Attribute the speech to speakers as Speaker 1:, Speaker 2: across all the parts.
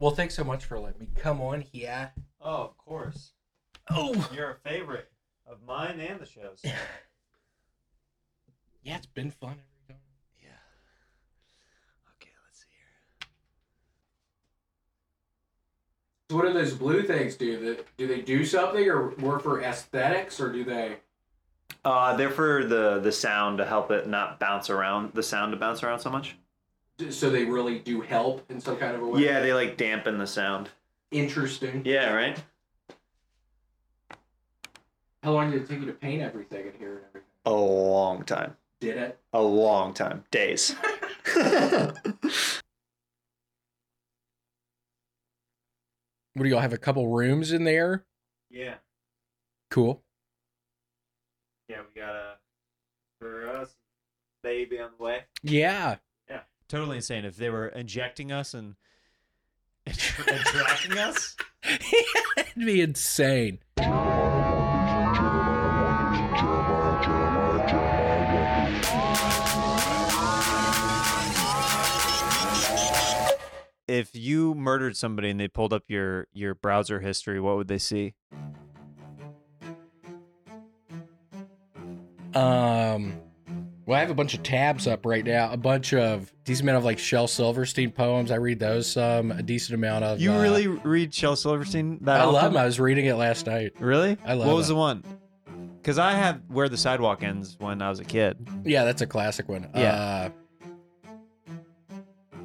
Speaker 1: Well, thanks so much for letting me come on here.
Speaker 2: Oh, of course.
Speaker 1: Oh,
Speaker 2: You're a favorite of mine and the show's.
Speaker 1: yeah, it's been fun every time.
Speaker 3: Yeah. Okay, let's see here.
Speaker 4: What do those blue things do? That do they do something or work for aesthetics or do they?
Speaker 2: Uh, they're for the the sound to help it not bounce around. The sound to bounce around so much.
Speaker 4: So they really do help in some kind of a way.
Speaker 2: Yeah, they like dampen the sound.
Speaker 4: Interesting.
Speaker 2: Yeah, right.
Speaker 4: How long did it take you to paint everything in here and everything?
Speaker 2: A long time.
Speaker 4: Did it?
Speaker 2: A long time. Days.
Speaker 1: What do y'all have? A couple rooms in there?
Speaker 2: yeah.
Speaker 1: Cool.
Speaker 2: Yeah, we got a for us baby on the way.
Speaker 1: Yeah.
Speaker 3: Totally insane. If they were injecting us and, and, tra- and tracking us,
Speaker 1: That'd be insane.
Speaker 3: if you murdered somebody and they pulled up your your browser history, what would they see?
Speaker 1: Um, well, I have a bunch of tabs up right now. A bunch of decent amount of like Shel Silverstein poems. I read those some. A decent amount of.
Speaker 3: You
Speaker 1: uh,
Speaker 3: really read Shel Silverstein? That
Speaker 1: I
Speaker 3: often?
Speaker 1: love. 'em. I was reading it last night.
Speaker 3: Really?
Speaker 1: I love
Speaker 3: What was
Speaker 1: it.
Speaker 3: the one? Because I had Where the Sidewalk Ends when I was a kid.
Speaker 1: Yeah, that's a classic one.
Speaker 3: Yeah.
Speaker 1: Uh,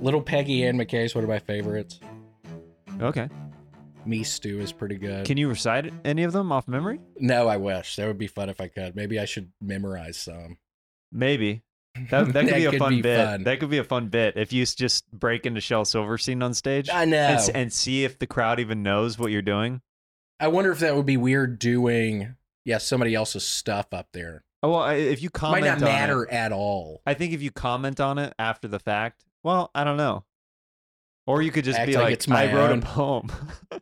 Speaker 1: Little Peggy Ann McKay is one of my favorites.
Speaker 3: Okay.
Speaker 1: Me Stew is pretty good.
Speaker 3: Can you recite any of them off memory?
Speaker 1: no, I wish that would be fun if I could. Maybe I should memorize some.
Speaker 3: Maybe. That, that could be a fun bit.
Speaker 1: fun.
Speaker 3: That could be a fun bit if you s- just break into Shel Silverstein on stage
Speaker 1: I know.
Speaker 3: and, s- and see if the crowd even knows what you're doing.
Speaker 1: I wonder if that would be weird doing yeah somebody else's stuff up there.
Speaker 3: Oh, well, I- if you comment
Speaker 1: Might not
Speaker 3: on
Speaker 1: matter
Speaker 3: it,
Speaker 1: at all.
Speaker 3: I think if you comment on it after the fact, well, I don't know. Or you could just
Speaker 1: Act
Speaker 3: be
Speaker 1: like
Speaker 3: like,
Speaker 1: it's my
Speaker 3: I wrote
Speaker 1: own.
Speaker 3: a poem.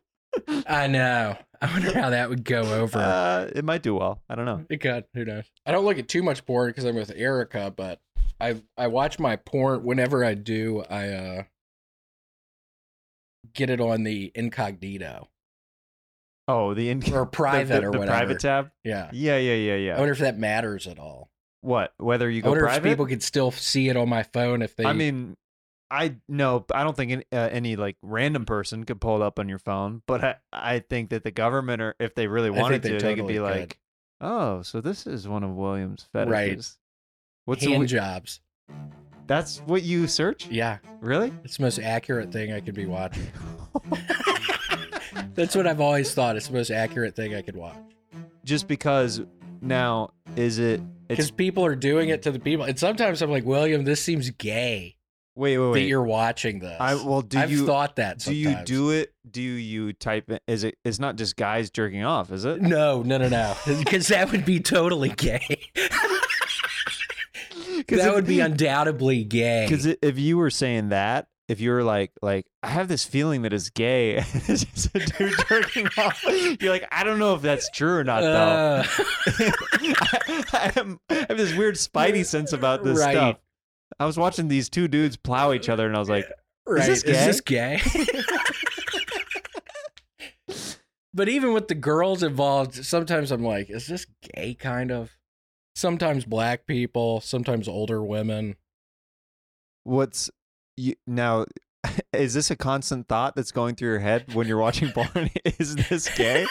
Speaker 1: I know. I wonder how that would go over.
Speaker 3: uh, it might do well. I don't know.
Speaker 1: It could. Who knows? I don't look at too much porn because I'm with Erica, but I I watch my porn whenever I do. I uh get it on the incognito
Speaker 3: Oh, the in-
Speaker 1: or private
Speaker 3: the, the,
Speaker 1: or
Speaker 3: the
Speaker 1: whatever.
Speaker 3: private tab.
Speaker 1: yeah.
Speaker 3: Yeah, yeah, yeah, yeah.
Speaker 1: I wonder if that matters at all.
Speaker 3: what? Whether you
Speaker 1: I
Speaker 3: go
Speaker 1: wonder
Speaker 3: private?
Speaker 1: if people could still see it on my phone if they.
Speaker 3: I mean, I no, I don't think any, uh, any like random person could pull it up on your phone, but I, I think that the government or if they really
Speaker 1: think
Speaker 3: wanted
Speaker 1: they
Speaker 3: to, they could
Speaker 1: totally
Speaker 3: be
Speaker 1: could.
Speaker 3: like, oh, so this is one of William's fetishes.
Speaker 1: Right.
Speaker 3: What's a
Speaker 1: hand
Speaker 3: wi-
Speaker 1: jobs.
Speaker 3: that's what you search?
Speaker 1: Yeah,
Speaker 3: Really?
Speaker 1: it's the most accurate thing I could be watching. That's what I've always thought. It's the most accurate thing I could watch.
Speaker 3: Just because now is it?
Speaker 1: Because
Speaker 3: It's
Speaker 1: people are doing it to the people, and sometimes I'm like, William, this seems gay
Speaker 3: wait, wait,
Speaker 1: that
Speaker 3: wait.
Speaker 1: you're watching this.
Speaker 3: I well, do
Speaker 1: I've
Speaker 3: you
Speaker 1: thought that.
Speaker 3: do you
Speaker 1: sometimes.
Speaker 3: do it? Do you type it? Is it? It's not just guys jerking off, is it?
Speaker 1: No, no, no, no, because that would be totally gay.
Speaker 3: 'Cause
Speaker 1: that
Speaker 3: if-
Speaker 1: would be undoubtedly gay.
Speaker 3: Because if you were saying that, if you were like, like I have this feeling that it's gay, and it's just a dude jerking off. You're like, I don't know if that's true or not, though.
Speaker 1: Uh,
Speaker 3: I, I am- I have this weird spidey sense about this
Speaker 1: Right.
Speaker 3: stuff. I was watching these two dudes plow each other, and I was like,
Speaker 1: right?
Speaker 3: this
Speaker 1: gay? but even with the girls involved, sometimes I'm like, is this gay? Kind of. Sometimes black people, sometimes older women.
Speaker 3: "What's you now?" Is this a constant thought that's going through your head when you're watching porn? Is this gay?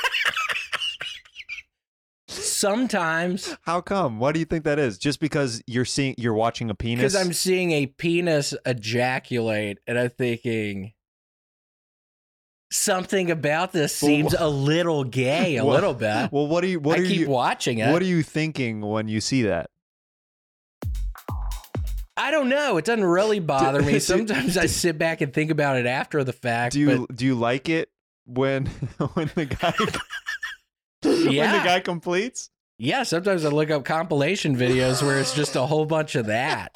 Speaker 1: Sometimes
Speaker 3: How come? Why do you think that is? Just because you're seeing, you're watching a penis?
Speaker 1: because I'm seeing a penis ejaculate, and I'm thinking something about this
Speaker 3: Well,
Speaker 1: seems a little gay, a
Speaker 3: Well,
Speaker 1: little bit.
Speaker 3: Well, what do you? What
Speaker 1: I
Speaker 3: are
Speaker 1: keep
Speaker 3: you?
Speaker 1: watching it.
Speaker 3: What are you thinking when you see that?
Speaker 1: I don't know. It doesn't really bother
Speaker 3: do-
Speaker 1: me. Sometimes I sit back and think about it after the fact.
Speaker 3: Do you do you like it when when the guy when the
Speaker 1: Yeah.
Speaker 3: guy completes?
Speaker 1: Yeah, sometimes I look up compilation videos where it's just a whole bunch of that,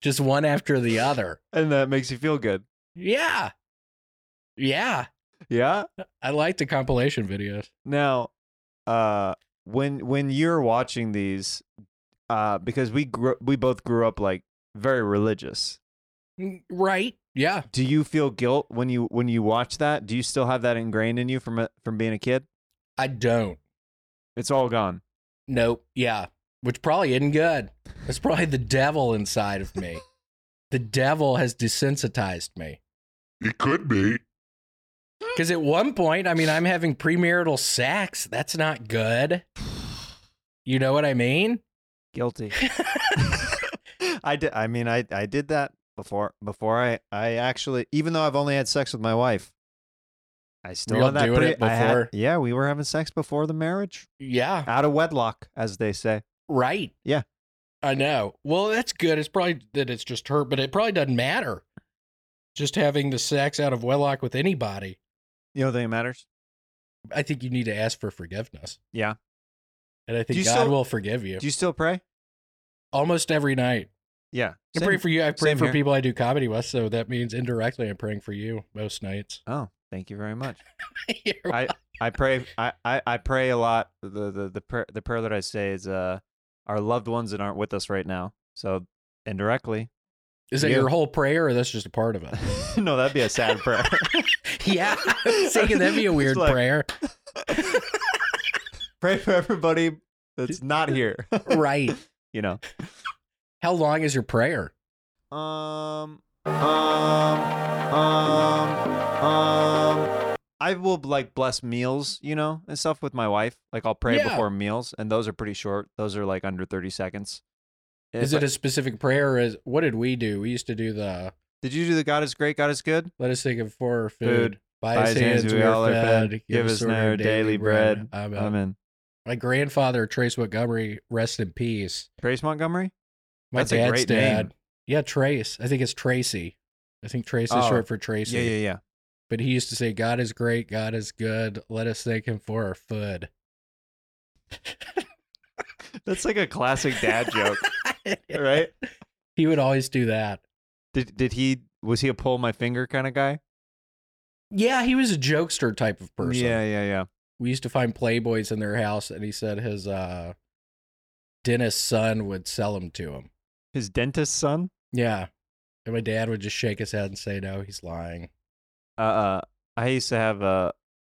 Speaker 1: just one after the other.
Speaker 3: And that makes you feel good.
Speaker 1: Yeah. Yeah.
Speaker 3: Yeah?
Speaker 1: I like the compilation videos.
Speaker 3: Now, uh when when you're watching these uh because we grew we both grew up like very religious.
Speaker 1: Mm, Right? Yeah.
Speaker 3: Do you feel guilt when you when you watch that? Do you still have that ingrained in you from a, from being a kid?
Speaker 1: I don't.
Speaker 3: It's all gone.
Speaker 1: Nope. Yeah. Which probably isn't good. It's probably the devil inside of me. the devil has desensitized me.
Speaker 5: It could be.
Speaker 1: Because at one point, I mean, I'm having premarital sex. That's not good. You know what I mean?
Speaker 3: Guilty. I did. I mean, I I did that before before I I actually even though I've only had sex with my wife, I still
Speaker 1: Y'all
Speaker 3: had that.
Speaker 1: doing
Speaker 3: pre-
Speaker 1: it
Speaker 3: I had-
Speaker 1: before?
Speaker 3: yeah, we were having sex before the marriage,
Speaker 1: yeah.
Speaker 3: out of wedlock, as they say.
Speaker 1: Right.
Speaker 3: Yeah.
Speaker 1: I know. Well, that's good. It's probably that it's just her, but it probably doesn't matter. Just having the sex out of wedlock with anybody,
Speaker 3: You know, the thing that matters.
Speaker 1: I think you need to ask for forgiveness.
Speaker 3: Yeah.
Speaker 1: And I
Speaker 3: Do
Speaker 1: think
Speaker 3: you
Speaker 1: God
Speaker 3: still-
Speaker 1: will forgive you.
Speaker 3: Do you still pray?
Speaker 1: Almost every night.
Speaker 3: Yeah.
Speaker 1: I
Speaker 3: Same-
Speaker 1: pray for you. I pray
Speaker 3: same
Speaker 1: for
Speaker 3: here.
Speaker 1: people I do comedy with. So that means indirectly, I'm praying for you most nights.
Speaker 3: oh, thank you very much.
Speaker 1: You're
Speaker 3: I I pray I, I, I pray a lot. The the the prayer the prayer that I say is uh our loved ones that aren't with us right now. So indirectly.
Speaker 1: Is that
Speaker 3: Yeah.
Speaker 1: your whole prayer, or that's just a part of it?
Speaker 3: no, that'd be a sad prayer.
Speaker 1: yeah, I was thinking that'd be a
Speaker 3: It's
Speaker 1: weird
Speaker 3: like,
Speaker 1: prayer,
Speaker 3: Pray for everybody that's not here.
Speaker 1: right?
Speaker 3: you know.
Speaker 1: How long is your prayer?
Speaker 3: Um um um um I will like bless meals, you know, and stuff with my wife. Like I'll pray
Speaker 1: Yeah.
Speaker 3: before meals, and those are pretty short. Those are like under thirty seconds.
Speaker 1: Is
Speaker 3: If
Speaker 1: it a specific prayer? Or is what did we do? We used to do the
Speaker 3: Did you do the God is great, God is good?
Speaker 1: let us think of for our food.
Speaker 3: Food.
Speaker 1: By,
Speaker 3: By
Speaker 1: his hands, we all are fed.
Speaker 3: Give us now our daily bread. Um,
Speaker 1: Amen.
Speaker 3: Amen.
Speaker 1: My grandfather, Trace Montgomery, rest in peace.
Speaker 3: Trace Montgomery?
Speaker 1: My
Speaker 3: That's a
Speaker 1: dad's
Speaker 3: great name.
Speaker 1: dad. Yeah, Trace. I think it's Tracy. I think Trace is
Speaker 3: Oh,
Speaker 1: short for Tracy.
Speaker 3: Yeah, yeah, yeah.
Speaker 1: But he used to say, God is great, God is good. Let us thank him for our food.
Speaker 3: That's like a classic dad joke, right?
Speaker 1: He would always do that.
Speaker 3: Did did he was he a pull my finger kind of guy?
Speaker 1: Yeah, he was a jokester type of person.
Speaker 3: Yeah, yeah, yeah.
Speaker 1: We used to find Playboys in their house, and he said his uh, dentist's son would sell them to him.
Speaker 3: His dentist son?
Speaker 1: Yeah. And my dad would just shake his head and say, no, he's lying.
Speaker 3: Uh, uh I used to have uh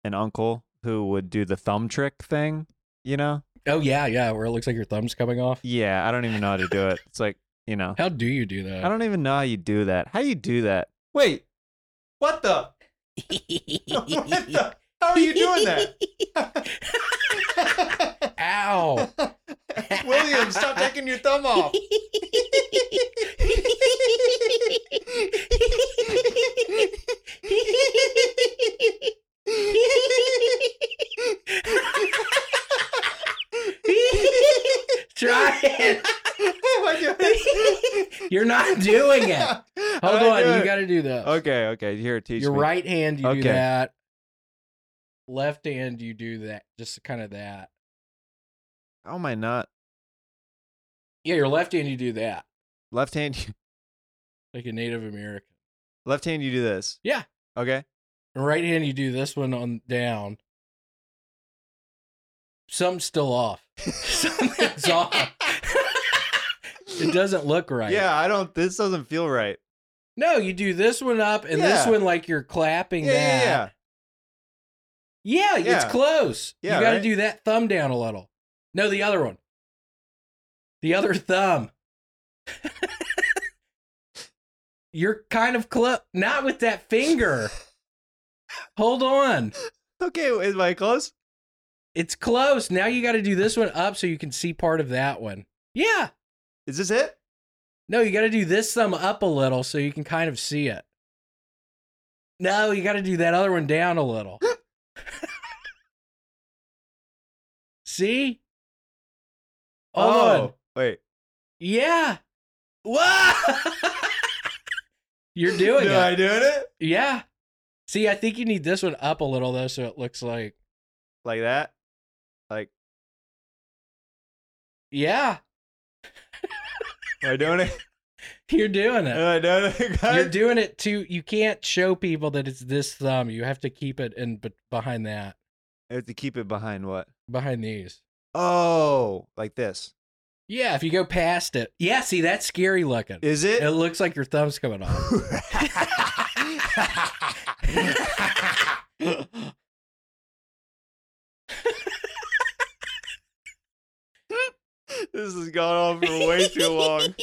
Speaker 3: an uncle who would do the thumb trick thing, you know?
Speaker 1: Oh, yeah, yeah, where it looks like your thumb's coming off.
Speaker 3: Yeah, I don't even know how to do it. It's like, you know.
Speaker 1: How do you do that?
Speaker 3: I don't even know how you do that. How do you do that? Wait. What the? what the? How are you doing that?
Speaker 1: Ow.
Speaker 3: William, stop taking your thumb off.
Speaker 1: Try it.
Speaker 3: Am I doing it?
Speaker 1: You're not doing it. Hold
Speaker 3: How do I
Speaker 1: on.
Speaker 3: do
Speaker 1: You
Speaker 3: it?
Speaker 1: got to do this.
Speaker 4: Oh,
Speaker 3: Okay, okay. Here, teach
Speaker 1: Your
Speaker 3: me.
Speaker 1: right hand, you
Speaker 3: Okay.
Speaker 1: do that. Left hand, you do that. Just kind of that.
Speaker 3: How am I not?
Speaker 1: Yeah, your left hand, you do that.
Speaker 3: Left hand.
Speaker 1: Like a Native American.
Speaker 3: Left hand. You do this.
Speaker 1: Yeah.
Speaker 3: Okay.
Speaker 1: And right hand, you do this one on down. Something's still off. Something's off. it doesn't look right.
Speaker 3: Yeah, I don't. This doesn't feel right.
Speaker 1: No, you do this one up and this
Speaker 3: Yeah.
Speaker 1: one like you're clapping
Speaker 3: Yeah, yeah,
Speaker 1: that.
Speaker 3: yeah.
Speaker 1: Yeah, it's
Speaker 3: Yeah.
Speaker 1: close.
Speaker 3: Yeah,
Speaker 1: you got to
Speaker 3: right?
Speaker 1: do that thumb down a little. No, the other one. The other thumb. You're kind of close. Not with that finger. Hold on.
Speaker 3: Okay, is my close?
Speaker 1: It's close. Now you got to do this one up so you can see part of that one. Yeah.
Speaker 3: Is this it?
Speaker 1: No, you got to do this thumb up a little so you can kind of see it. No, you got to do that other one down a little. see? Hold
Speaker 3: oh,
Speaker 1: on.
Speaker 3: wait.
Speaker 1: Yeah. Whoa! You're doing
Speaker 3: Am
Speaker 1: it.
Speaker 3: I doing it
Speaker 1: Yeah. See, I think you need this one up a little though, so it looks like
Speaker 3: like that? Like,
Speaker 1: yeah,
Speaker 3: am I doing it?
Speaker 1: you're doing it.
Speaker 3: Am I doing it? guys?
Speaker 1: You're doing it too. You can't show people that it's this thumb. You have to keep it in be- behind that,
Speaker 3: I have to keep it behind what?
Speaker 1: behind these.
Speaker 3: Oh, like this.
Speaker 1: Yeah, if you go past it. Yeah, see, that's scary looking.
Speaker 3: Is
Speaker 1: It looks like your thumb's coming off.
Speaker 3: this has gone on for way too long.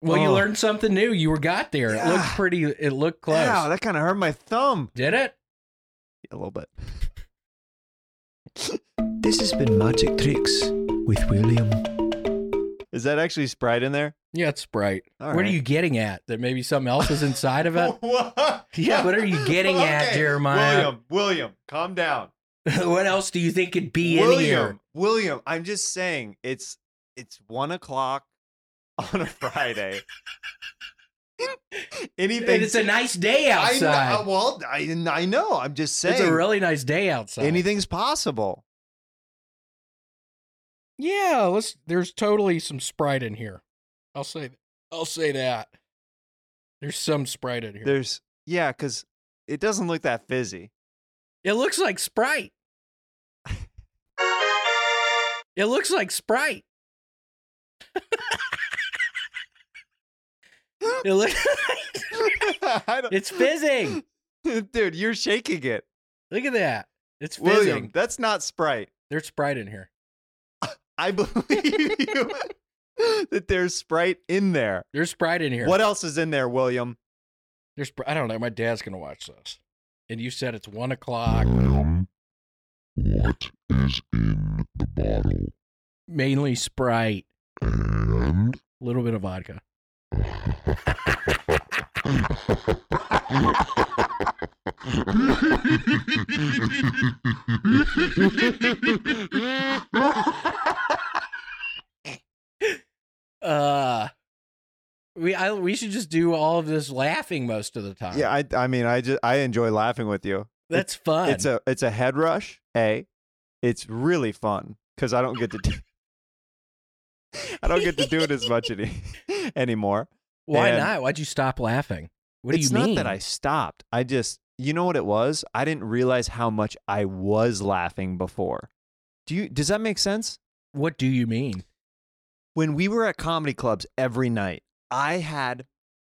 Speaker 1: Well, you
Speaker 3: Oh.
Speaker 1: learned something new. You were got there. It looked
Speaker 3: Yeah.
Speaker 1: pretty. It looked close.
Speaker 3: Wow, that kind of hurt my thumb.
Speaker 1: Did it?
Speaker 3: A little bit.
Speaker 5: This has been Magic Tricks with William.
Speaker 3: Is that actually Sprite in there?
Speaker 1: Yeah, it's Sprite.
Speaker 3: All
Speaker 1: what are
Speaker 3: right.
Speaker 1: you getting at? That maybe something else is inside of it?
Speaker 3: what?
Speaker 1: Yeah, what are you getting at, Jeremiah?
Speaker 3: William, William, calm down.
Speaker 1: what else do you think could be in here?
Speaker 3: William, William, I'm just saying it's it's one o'clock on a Friday.
Speaker 1: And
Speaker 3: Anything
Speaker 1: it's a nice day
Speaker 3: I know,
Speaker 1: outside.
Speaker 3: well, I, I know. I'm just saying.
Speaker 1: it's a really nice day outside.
Speaker 3: anything's possible.
Speaker 1: Yeah, let's. There's totally some Sprite in here. I'll say. I'll say that. There's some Sprite in here.
Speaker 3: There's yeah, because it doesn't look that fizzy.
Speaker 1: It looks like Sprite. it looks like Sprite. it look-
Speaker 3: I don't-
Speaker 1: it's fizzing.
Speaker 3: dude. You're shaking it,
Speaker 1: Look at that. It's fizzing.
Speaker 3: William. That's not Sprite.
Speaker 1: There's Sprite in here.
Speaker 3: I believe you that there's Sprite in there.
Speaker 1: There's Sprite in here.
Speaker 3: What else is in there, William?
Speaker 1: There's. Spr- I don't know. My dad's gonna watch this. And you said it's one o'clock.
Speaker 6: William, what is in the bottle?
Speaker 1: Mainly Sprite.
Speaker 6: And
Speaker 1: A little bit of vodka. Uh. We I, we should just do all of this laughing most of the time.
Speaker 3: Yeah, I, I mean, I just I enjoy laughing with you.
Speaker 1: that's fun.
Speaker 3: It's a it's a head rush. A, it's really fun because I don't get to do. I don't get to do it as much any, anymore.
Speaker 1: Why
Speaker 3: and-
Speaker 1: not? Why'd you stop laughing? What do
Speaker 3: it's
Speaker 1: you mean?
Speaker 3: not that I stopped. I just you know what it was. I didn't realize how much I was laughing before. Do you? Does that make sense?
Speaker 1: What do you mean?
Speaker 3: when we were at comedy clubs every night, I had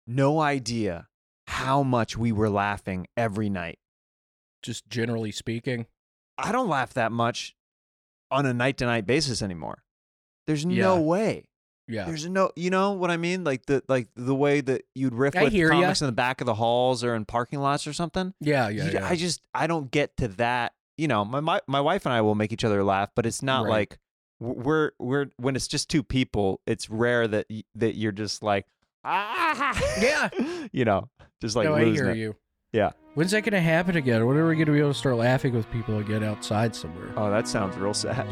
Speaker 3: no idea how much we were laughing every night.
Speaker 1: Just generally speaking.
Speaker 3: I don't laugh that much on a night to night basis anymore. There's
Speaker 1: Yeah.
Speaker 3: no way.
Speaker 1: Yeah.
Speaker 3: There's no, you know what I mean? Like the like the way that you'd riff
Speaker 1: I
Speaker 3: with
Speaker 1: hear ya.
Speaker 3: comics in the back of the halls or in parking lots or something.
Speaker 1: Yeah. Yeah.
Speaker 3: You-
Speaker 1: yeah.
Speaker 3: I just I don't get to that. You know, my my, my wife and I will make each other laugh, but it's not
Speaker 1: Right.
Speaker 3: like w- we're we're when it's just two people. It's rare that y- that you're just like ah
Speaker 1: Yeah.
Speaker 3: you know, just like
Speaker 1: no, I
Speaker 3: losing
Speaker 1: hear
Speaker 3: it.
Speaker 1: you.
Speaker 3: Yeah.
Speaker 1: When's that going to happen again? When are we going to be able to start laughing with people again outside somewhere?
Speaker 3: Oh, that sounds real sad.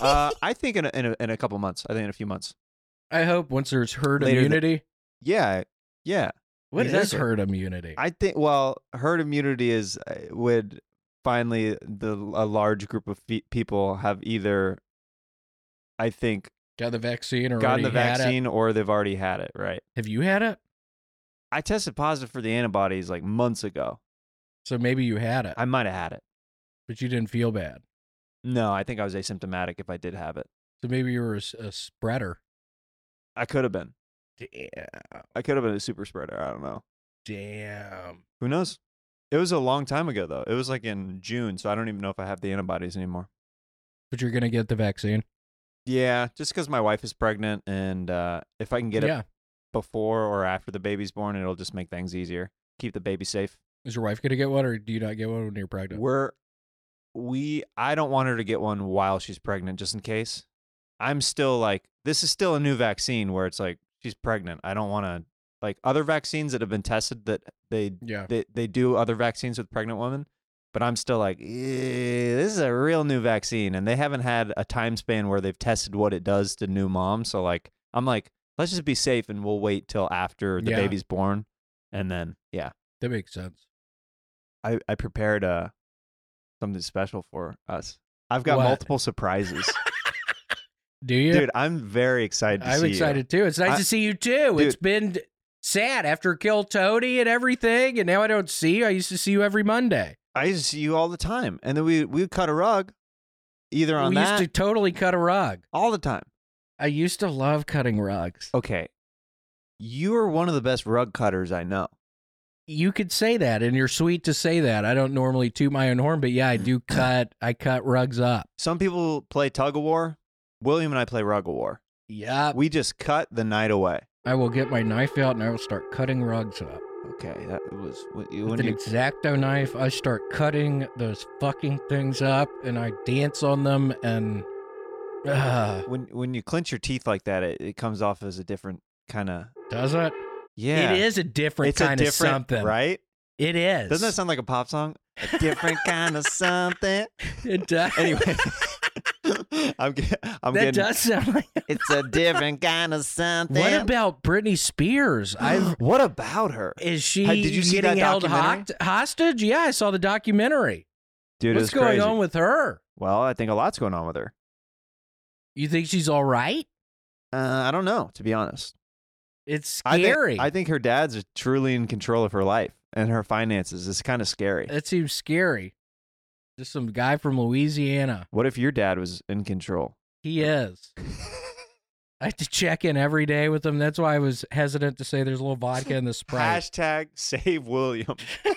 Speaker 3: uh, I think in a, in a in a couple months. I think in a few months.
Speaker 1: I hope once there's herd
Speaker 3: Later than-
Speaker 1: immunity.
Speaker 3: Yeah, yeah.
Speaker 1: What is
Speaker 3: exactly.
Speaker 1: herd immunity?
Speaker 3: I think well, herd immunity is uh, would finally the a large group of fe- people have either I think
Speaker 1: Got the vaccine or
Speaker 3: gotten the
Speaker 1: had It.
Speaker 3: vaccine or they've already had it, right?
Speaker 1: Have you had it?
Speaker 3: I tested positive for the antibodies like months ago.
Speaker 1: So maybe you had it,
Speaker 3: I might have had it.
Speaker 1: but you didn't feel bad.
Speaker 3: No, I think I was asymptomatic if I did have it.
Speaker 1: So maybe you were a, s- a spreader.
Speaker 3: I could have been.
Speaker 1: Damn.
Speaker 3: I could have been a super spreader. I don't know.
Speaker 1: Damn.
Speaker 3: Who knows? It was a long time ago though. It was like in June, so I don't even know if I have the antibodies anymore.
Speaker 1: But you're going to get the vaccine.
Speaker 3: Yeah, just because my wife is pregnant, and uh, if I can get it
Speaker 1: yeah.
Speaker 3: before or after the baby's born, it'll just make things easier. Keep the baby safe.
Speaker 1: Is your wife going to get one or do you not get one when you're pregnant?
Speaker 3: We're we I don't want her to get one while she's pregnant just in case. I'm still like this is still a new vaccine where it's like she's pregnant. I don't want to like other vaccines that have been tested that they
Speaker 1: yeah.
Speaker 3: they, they do other vaccines with pregnant women, but I'm still like "Eh, this is a real new vaccine and they haven't had a time span where they've tested what it does to new moms. So like I'm like let's just be safe and we'll wait till after the
Speaker 1: Yeah.
Speaker 3: baby's born and then yeah.
Speaker 1: That makes sense.
Speaker 3: I, I prepared uh something special for us. I've got
Speaker 1: What?
Speaker 3: multiple surprises.
Speaker 1: Do you?
Speaker 3: Dude, I'm very excited to see
Speaker 1: I'm
Speaker 3: you.
Speaker 1: excited too. It's nice
Speaker 3: I-
Speaker 1: to see you too.
Speaker 3: Dude.
Speaker 1: it's been sad after Kill Toady and everything, and now I don't see you. I used to see you every Monday.
Speaker 3: I used to see you all the time, and then we we would cut a rug, either on
Speaker 1: we
Speaker 3: that
Speaker 1: used to totally cut a rug.
Speaker 3: all the time.
Speaker 1: I used to love cutting rugs.
Speaker 3: Okay, you are one of the best rug cutters I know.
Speaker 1: You could say that, and you're sweet to say that. I don't normally toot my own horn, but yeah, I do cut. I cut rugs up.
Speaker 3: Some people play tug of war. William and I play rug of war.
Speaker 1: Yup.
Speaker 3: We just cut the night away.
Speaker 1: I will get my knife out and I will start cutting rugs up.
Speaker 3: Okay, that was when
Speaker 1: With
Speaker 3: you.
Speaker 1: an exacto knife, I start cutting those fucking things up, and I dance on them, and uh,
Speaker 3: when when you clench your teeth like that, it, it comes off as a different kind of
Speaker 1: does it?
Speaker 3: yeah.
Speaker 1: It is a different
Speaker 3: it's
Speaker 1: kind
Speaker 3: a different,
Speaker 1: of something,
Speaker 3: right?
Speaker 1: It is.
Speaker 3: Doesn't that sound like a pop song? A different kind of something.
Speaker 1: It does.
Speaker 3: Anyway, I'm get, I'm
Speaker 1: that
Speaker 3: getting.
Speaker 1: does sound like.
Speaker 3: It's a different kind of something.
Speaker 1: What about Britney Spears? I've
Speaker 3: what about her,
Speaker 1: is she?
Speaker 3: Hey, did you see
Speaker 1: getting
Speaker 3: that
Speaker 1: held
Speaker 3: documentary?
Speaker 1: hoct- hostage? Yeah, I saw the documentary.
Speaker 3: dude?
Speaker 1: What's
Speaker 3: it's
Speaker 1: going
Speaker 3: crazy.
Speaker 1: on with her?
Speaker 3: Well, I think a lot's going on with her.
Speaker 1: You think she's all right?
Speaker 3: Uh, I don't know, to be honest.
Speaker 1: It's
Speaker 3: I think-
Speaker 1: scary.
Speaker 3: I think her dad's truly in control of her life and her finances. It's kind of scary.
Speaker 1: that seems scary. Just some guy from Louisiana.
Speaker 3: What if your dad was in control?
Speaker 1: He is. I have to check in every day with him. That's why I was hesitant to say there's a little vodka in the Sprite.
Speaker 3: Hashtag save William.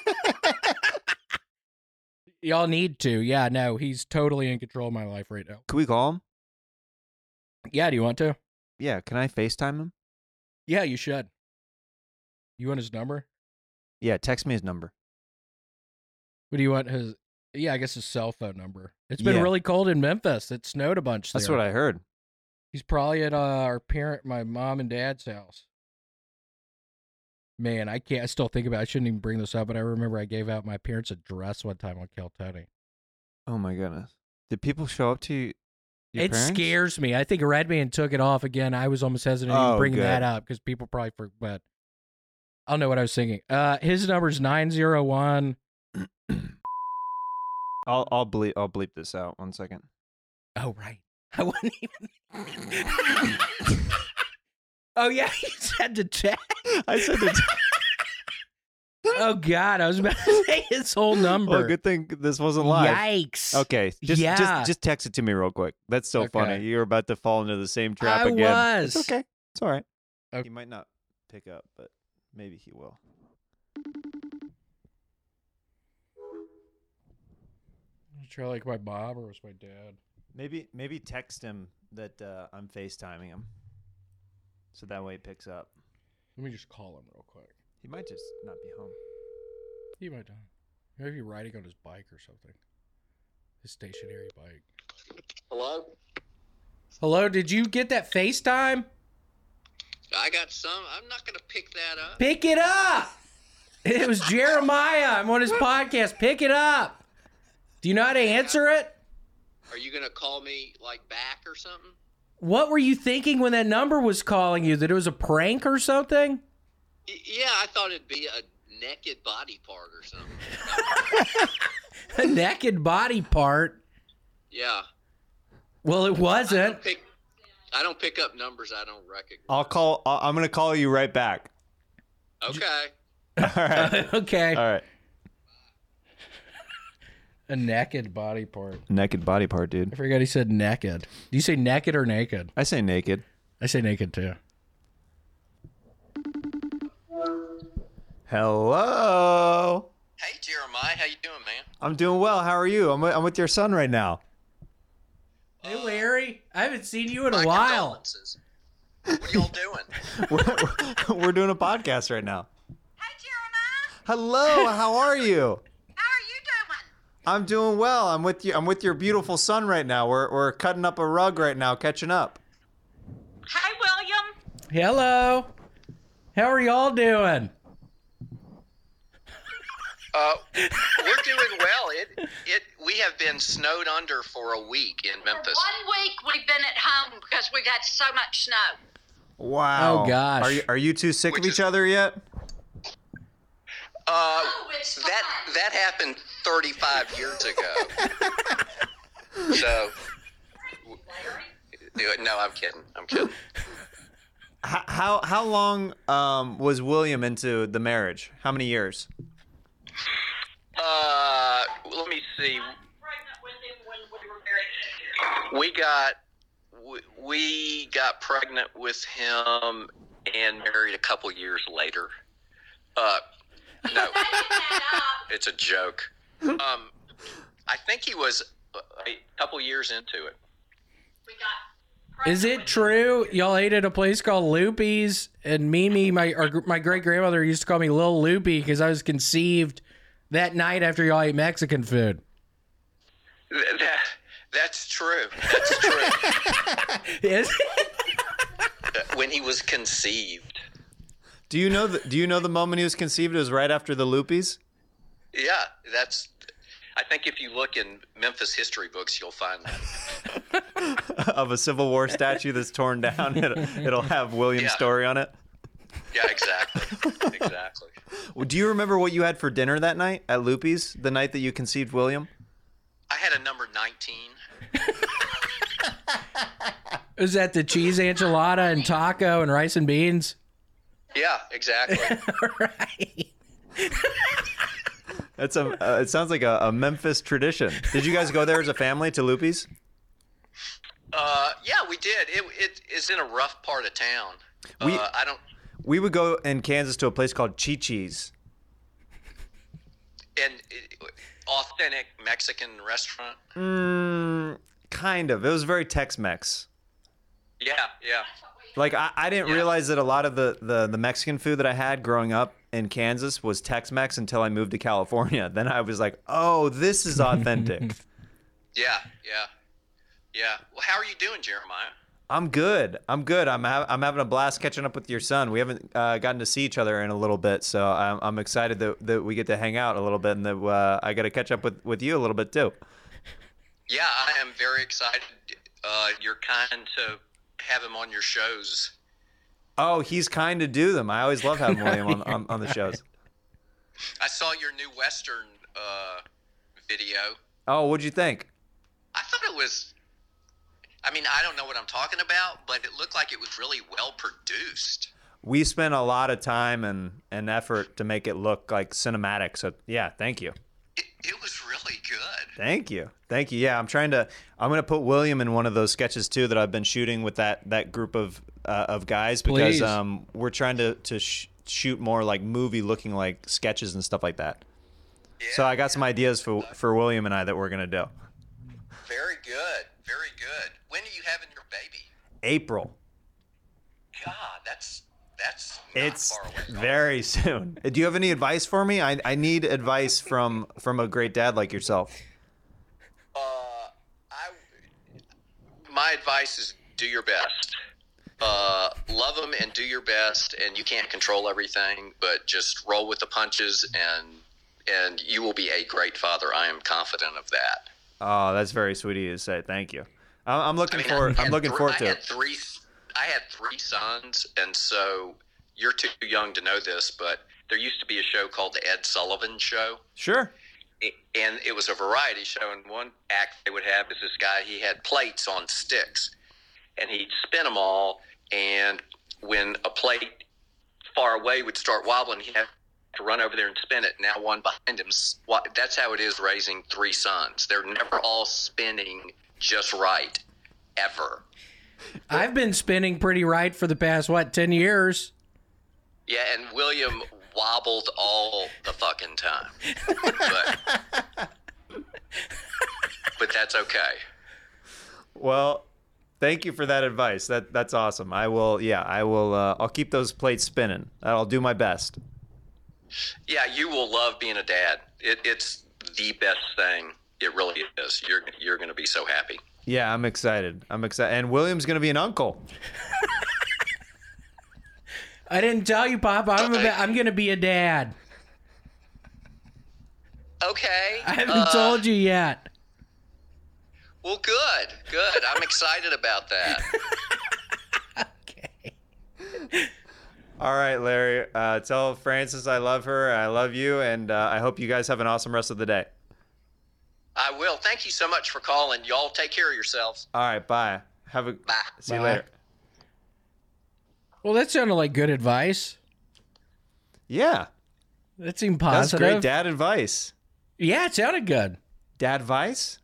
Speaker 1: Y'all need to. Yeah, no, he's totally in control of my life right now.
Speaker 3: Can we call him?
Speaker 1: Yeah, do you want to?
Speaker 3: Yeah. Can I FaceTime him?
Speaker 1: Yeah, you should. You want his number?
Speaker 3: Yeah. Text me his number.
Speaker 1: What do you want his? Yeah, I guess his cell phone number. It's been
Speaker 3: Yeah.
Speaker 1: really cold in Memphis. It snowed a bunch.
Speaker 3: That's
Speaker 1: there.
Speaker 3: what I heard.
Speaker 1: He's probably at uh, our parent, my mom and dad's house. Man, I can't. I still think about. it. I shouldn't even bring this up, but I remember I gave out my parents' address one time on Caltoni.
Speaker 3: Oh my goodness. Did people show up to you? Your
Speaker 1: it
Speaker 3: parents?
Speaker 1: scares me. I think Red Man took it off again. I was almost hesitant to even
Speaker 3: Oh,
Speaker 1: bring
Speaker 3: good.
Speaker 1: that up because people probably forgot. I don't know what I was thinking. Uh, his number's nine zero one.
Speaker 3: I'll I'll bleep I'll bleep this out one second.
Speaker 1: Oh right, I wouldn't even. oh yeah, he said to check.
Speaker 3: I said the
Speaker 1: Oh god, I was about to say his whole number.
Speaker 3: Well, Oh, good thing this wasn't live.
Speaker 1: Yikes.
Speaker 3: Okay, just,
Speaker 1: Yeah.
Speaker 3: just just text it to me real quick. That's so funny.
Speaker 1: Okay.
Speaker 3: You're about to fall into the same trap
Speaker 1: I
Speaker 3: again.
Speaker 1: was.
Speaker 3: It's okay. It's all right.
Speaker 1: Okay.
Speaker 3: He might not pick up, but maybe he will.
Speaker 1: Try like my mom or was my dad?
Speaker 3: Maybe maybe text him that uh, I'm FaceTiming him, so that way he picks up.
Speaker 1: Let me just call him real quick.
Speaker 3: He might just not be home.
Speaker 1: He might die. Maybe riding on his bike or something. His stationary bike.
Speaker 7: Hello?
Speaker 1: Hello, did you get that FaceTime?
Speaker 7: I got some. I'm not going to pick that up.
Speaker 1: Pick it up! It was Jeremiah. I'm on his podcast. Pick it up. Do you know how to answer it?
Speaker 7: Are you going to call me, like, back or something?
Speaker 1: What were you thinking when that number was calling you? That it was a prank or something?
Speaker 7: Y- yeah, I thought it'd be a naked body part or something.
Speaker 1: A naked body part.
Speaker 7: Yeah.
Speaker 1: Well, it
Speaker 7: I
Speaker 1: wasn't.
Speaker 7: don't pick, I don't pick up numbers I don't recognize.
Speaker 3: I'll call. i I'm gonna call you right back.
Speaker 1: Oh,
Speaker 7: Okay.
Speaker 3: All right.
Speaker 1: okay.
Speaker 3: all right.
Speaker 1: A naked body part.
Speaker 3: Naked body part,
Speaker 1: I
Speaker 3: dude.
Speaker 1: forgot he said naked. Do you say naked or naked?
Speaker 3: I say naked.
Speaker 1: I say naked too.
Speaker 3: Hello.
Speaker 7: Hey, Jeremiah. How you doing, man?
Speaker 3: I'm doing well. How are you? I'm I'm with your son right now.
Speaker 1: Hey, Larry. I haven't seen you in
Speaker 7: My
Speaker 1: a while.
Speaker 7: condolences. What y'all doing?
Speaker 3: we're, we're- we're doing a podcast right now. Hi, Jeremiah. Hello. How are you? How are you doing? I'm doing well. I'm with you. I'm with your beautiful son right now. We're we're cutting up a rug right now, catching up.
Speaker 8: Hi, William.
Speaker 1: Hello. How are y'all doing?
Speaker 7: Uh, we're doing well. It, it, we have been snowed under for a week in
Speaker 8: For
Speaker 7: Memphis.
Speaker 8: one week we've been at home because we got so much snow.
Speaker 3: Wow.
Speaker 1: Oh, gosh.
Speaker 3: Are you are you two sick
Speaker 7: Which
Speaker 3: of each
Speaker 7: is-
Speaker 3: other yet?
Speaker 7: Uh,
Speaker 8: Oh, it's
Speaker 7: that
Speaker 8: fine.
Speaker 7: that happened 35 years ago. so, no, I'm kidding. I'm kidding.
Speaker 3: h- how how long um, was William into the marriage? How many years?
Speaker 7: Uh, let me see. We got we- we got pregnant with him and married a couple years later. Uh, no, it's a joke. Um, I think he was uh, a couple years into it.
Speaker 1: Is it true y'all ate at a place called Loopy's and Mimi, my or my great grandmother used to call me Lil Loopy because I was conceived that night after y'all ate Mexican food.
Speaker 7: Th- That, that's true. That's true.
Speaker 1: Is
Speaker 7: when he was conceived.
Speaker 3: Do you know the Do you know the moment he was conceived? It was right after the Loopies.
Speaker 7: Yeah, that's. I think if you look in Memphis history books, you'll find that.
Speaker 3: of a Civil War statue that's torn down. It'll, it'll have William's
Speaker 7: Yeah.
Speaker 3: story on it.
Speaker 7: Yeah, exactly. exactly.
Speaker 3: Well, Do you remember what you had for dinner that night at Loopy's, the night that you conceived William?
Speaker 7: I had a number 19.
Speaker 1: is that the cheese enchilada and taco and rice and beans?
Speaker 7: Yeah, exactly.
Speaker 1: right.
Speaker 3: That's a. Uh, it sounds like a, a Memphis tradition. Did you guys go there as a family to Loopy's?
Speaker 7: uh, yeah, we did. It, it it's in a rough part of town.
Speaker 3: We-
Speaker 7: uh, I don't.
Speaker 3: We would go in Kansas to a place called Chi Chi's.
Speaker 7: And it, authentic Mexican restaurant.
Speaker 3: Mm, kind of. It was very Tex-Mex.
Speaker 7: Yeah, yeah.
Speaker 3: Like I, I didn't
Speaker 7: Yeah.
Speaker 3: realize that a lot of the, the the Mexican food that I had growing up in Kansas was Tex-Mex until I moved to California. Then I was like, oh, this is authentic.
Speaker 7: Yeah, yeah. Yeah. Well, how are you doing, Jeremiah?
Speaker 3: I'm good. I'm good. I'm ha- I'm having a blast catching up with your son. We haven't uh, gotten to see each other in a little bit, so I'm, I'm excited that, that we get to hang out a little bit, and that uh, I got to catch up with, with you a little bit too.
Speaker 7: Yeah, I am very excited. Uh, you're kind to have him on your shows.
Speaker 3: Oh, he's kind to do them. I always love having William on, on, on the shows.
Speaker 7: I saw your new Western uh, video.
Speaker 3: Oh, what'd you think?
Speaker 7: I thought it was. I mean, I don't know what I'm talking about, but it looked like it was really well produced.
Speaker 3: We spent a lot of time and, and effort to make it look like cinematic. So yeah, thank you.
Speaker 7: It, it was really good.
Speaker 3: Thank you. Thank you. Yeah, I'm trying to. I'm gonna put William in one of those sketches too that I've been shooting with that that group of uh, of guys because
Speaker 1: Please.
Speaker 3: um we're trying to to sh- shoot more like movie looking like sketches and stuff like that. so I got some ideas for for William and I that we're gonna do.
Speaker 7: Very good. Very good. When are you having your baby?
Speaker 3: April.
Speaker 7: God, that's that's not
Speaker 3: It's
Speaker 7: far away.
Speaker 3: very soon. Do you have any advice for me? I, I need advice from from a great dad like yourself.
Speaker 7: Uh, I, my advice is do your best. Uh, love them and do your best, and you can't control everything, but just roll with the punches, and and you will be a great father. I am confident of that.
Speaker 3: Oh, that's very sweet of you to say. Thank you. I'm, I'm looking
Speaker 7: I
Speaker 3: forward. I'm
Speaker 7: had
Speaker 3: looking
Speaker 7: three-
Speaker 3: forward
Speaker 7: I
Speaker 3: to
Speaker 7: Had
Speaker 3: it.
Speaker 7: three, I had three sons, and so you're too young to know this, but there used to be a show called the Ed Sullivan Show,
Speaker 3: Sure.
Speaker 7: a- and it was a variety show. And one act they would have is this guy. He had plates on sticks, and he'd spin them all. And when a plate far away would start wobbling, he'd have to run over there and spin it. Now one behind him. s- wa- That's how it is raising three sons. They're never all spinning just right, ever.
Speaker 1: I've been spinning pretty right for the past what ten years.
Speaker 7: Yeah, and William wobbled all the fucking time. But, but that's okay.
Speaker 3: Well, thank you for that advice. That that's awesome. I will. Yeah, I will. Uh, I'll keep those plates spinning. I'll do my best.
Speaker 7: Yeah, you will love being a dad. It, it's the best thing. It really is. You're you're going to be so happy.
Speaker 3: Yeah, I'm excited. I'm excited. And William's gonna be an uncle.
Speaker 1: I didn't tell you, Pop. I'm about, I'm gonna be a dad.
Speaker 7: Okay.
Speaker 1: I haven't
Speaker 7: uh,
Speaker 1: told you yet.
Speaker 7: Well, good, good. I'm excited about that.
Speaker 3: All right, Larry. Uh, tell Frances I love her. I love you, and uh, I hope you guys have an awesome rest of the day.
Speaker 7: I will. Thank you so much for calling. Y'all take care of yourselves.
Speaker 3: All right. Bye. Have a
Speaker 7: Bye.
Speaker 3: see you
Speaker 1: Bye.
Speaker 3: later.
Speaker 1: Well, that sounded like good advice.
Speaker 3: Yeah,
Speaker 1: That seemed
Speaker 3: that's
Speaker 1: positive.
Speaker 3: great dad advice.
Speaker 1: yeah, it sounded good.
Speaker 3: Dad advice.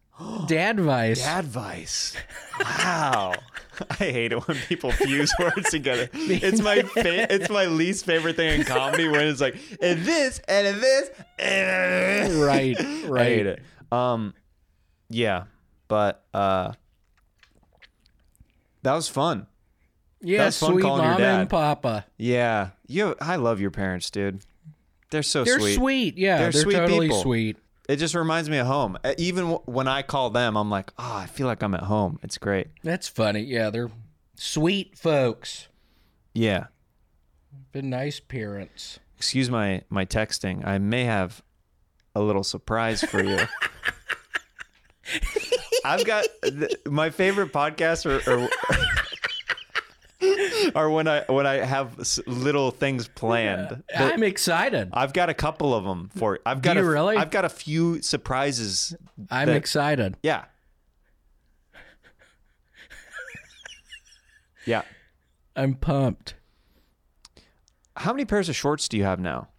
Speaker 1: Dad advice.
Speaker 3: Dad advice. Wow. I hate it when people fuse words together. It's my fa- it's my least favorite thing in comedy when it's like and this and this and this."
Speaker 1: Right,
Speaker 3: I hate
Speaker 1: right.
Speaker 3: it. Um, yeah, but uh, that was fun.
Speaker 1: Yeah,
Speaker 3: That's fun
Speaker 1: sweet
Speaker 3: calling your
Speaker 1: mom
Speaker 3: dad.
Speaker 1: and papa.
Speaker 3: Yeah, you. I love your parents, dude. They're so
Speaker 1: They're
Speaker 3: sweet.
Speaker 1: sweet. Yeah,
Speaker 3: They're
Speaker 1: they're,
Speaker 3: sweet
Speaker 1: totally
Speaker 3: people.
Speaker 1: sweet.
Speaker 3: It just reminds me of home. Uh, Even w- when I call them, I'm like, oh, I feel like I'm at home. It's great.
Speaker 1: That's funny. Yeah, they're sweet folks.
Speaker 3: Yeah.
Speaker 1: Been nice parents.
Speaker 3: excuse my my texting. I may have a little surprise for you. I've got th- my favorite podcasts are, are are when I when I have s- little things planned. But
Speaker 1: I'm excited.
Speaker 3: I've got a couple of them for I've got
Speaker 1: Do you
Speaker 3: a, f-
Speaker 1: really?
Speaker 3: I've got a few surprises.
Speaker 1: I'm
Speaker 3: that-
Speaker 1: excited.
Speaker 3: Yeah. Yeah.
Speaker 1: I'm pumped.
Speaker 3: How many pairs of shorts do you have now?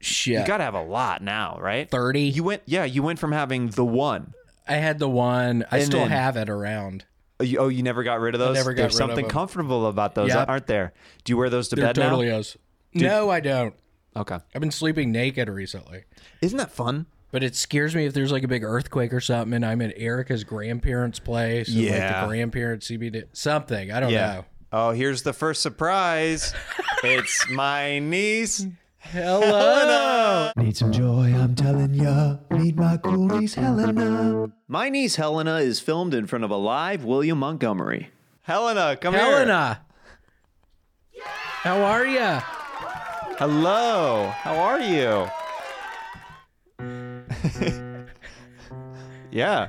Speaker 1: Shit.
Speaker 3: You got to have a lot now, right?
Speaker 1: 30.
Speaker 3: You went, yeah, you went from having the one.
Speaker 1: I had the one. I
Speaker 3: And
Speaker 1: still
Speaker 3: then-
Speaker 1: have it around.
Speaker 3: Oh, you, oh, you never got rid of those.
Speaker 1: never got
Speaker 3: There's
Speaker 1: rid of
Speaker 3: something
Speaker 1: them.
Speaker 3: comfortable about those,
Speaker 1: Yep.
Speaker 3: aren't there? Do you wear those to
Speaker 1: There
Speaker 3: bed
Speaker 1: totally is. No, I don't.
Speaker 3: now? Okay.
Speaker 1: I've been sleeping naked recently.
Speaker 3: Isn't that fun?
Speaker 1: But it scares me if there's like a big earthquake or something and I'm at Erica's grandparents' place. and, Like
Speaker 3: Yeah.
Speaker 1: the grandparents CBD. Something. I don't know.
Speaker 3: Oh, here's the first surprise. it's my niece.
Speaker 1: Hello.
Speaker 5: Need some joy, I'm telling ya. Need my coolies, Helena.
Speaker 2: My niece Helena is filmed in front of a live William Montgomery.
Speaker 3: Helena, come
Speaker 1: Helena. How are you?
Speaker 3: here. Hello. How are you? yeah.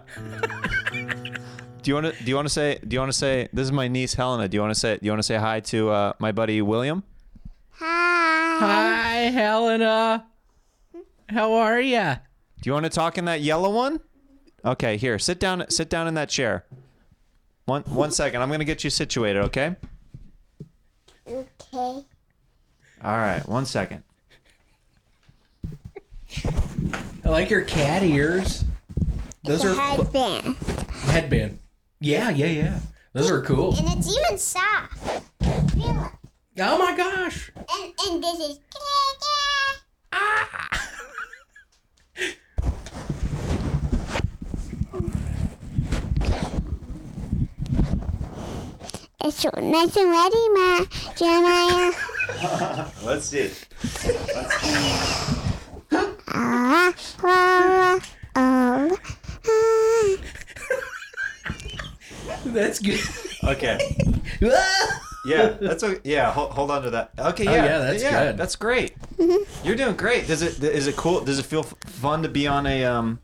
Speaker 3: Do you want to? Do you want to say? Do you want to say? This is my niece Helena. Do you want to say? Do you want to say hi to uh, my buddy William?
Speaker 1: Hi, Helena. How are you?
Speaker 3: Do you want to talk in that yellow one? Okay, here. Sit down. Sit down in that chair. One one second. I'm gonna get you situated. Okay.
Speaker 9: Okay.
Speaker 3: All right. One second.
Speaker 1: I like your cat ears. Those
Speaker 9: The
Speaker 1: are fu-
Speaker 9: headband.
Speaker 1: headband. Yeah, yeah, yeah. Those are cool.
Speaker 9: And it's even soft. Feel it.
Speaker 1: Oh my gosh.
Speaker 9: And, and this is. It's so nice and ready, Ma. Jeremiah.
Speaker 3: Let's see.
Speaker 9: Ah, ah, ah, ah.
Speaker 1: That's good.
Speaker 3: Okay.
Speaker 1: Ah!
Speaker 3: Yeah. That's okay. Yeah. Hold, hold on to that. Okay. Yeah.
Speaker 1: Oh, yeah, that's good.
Speaker 3: That's great. You're doing great. Does it? Is it cool? Does it feel f- fun to be on a um?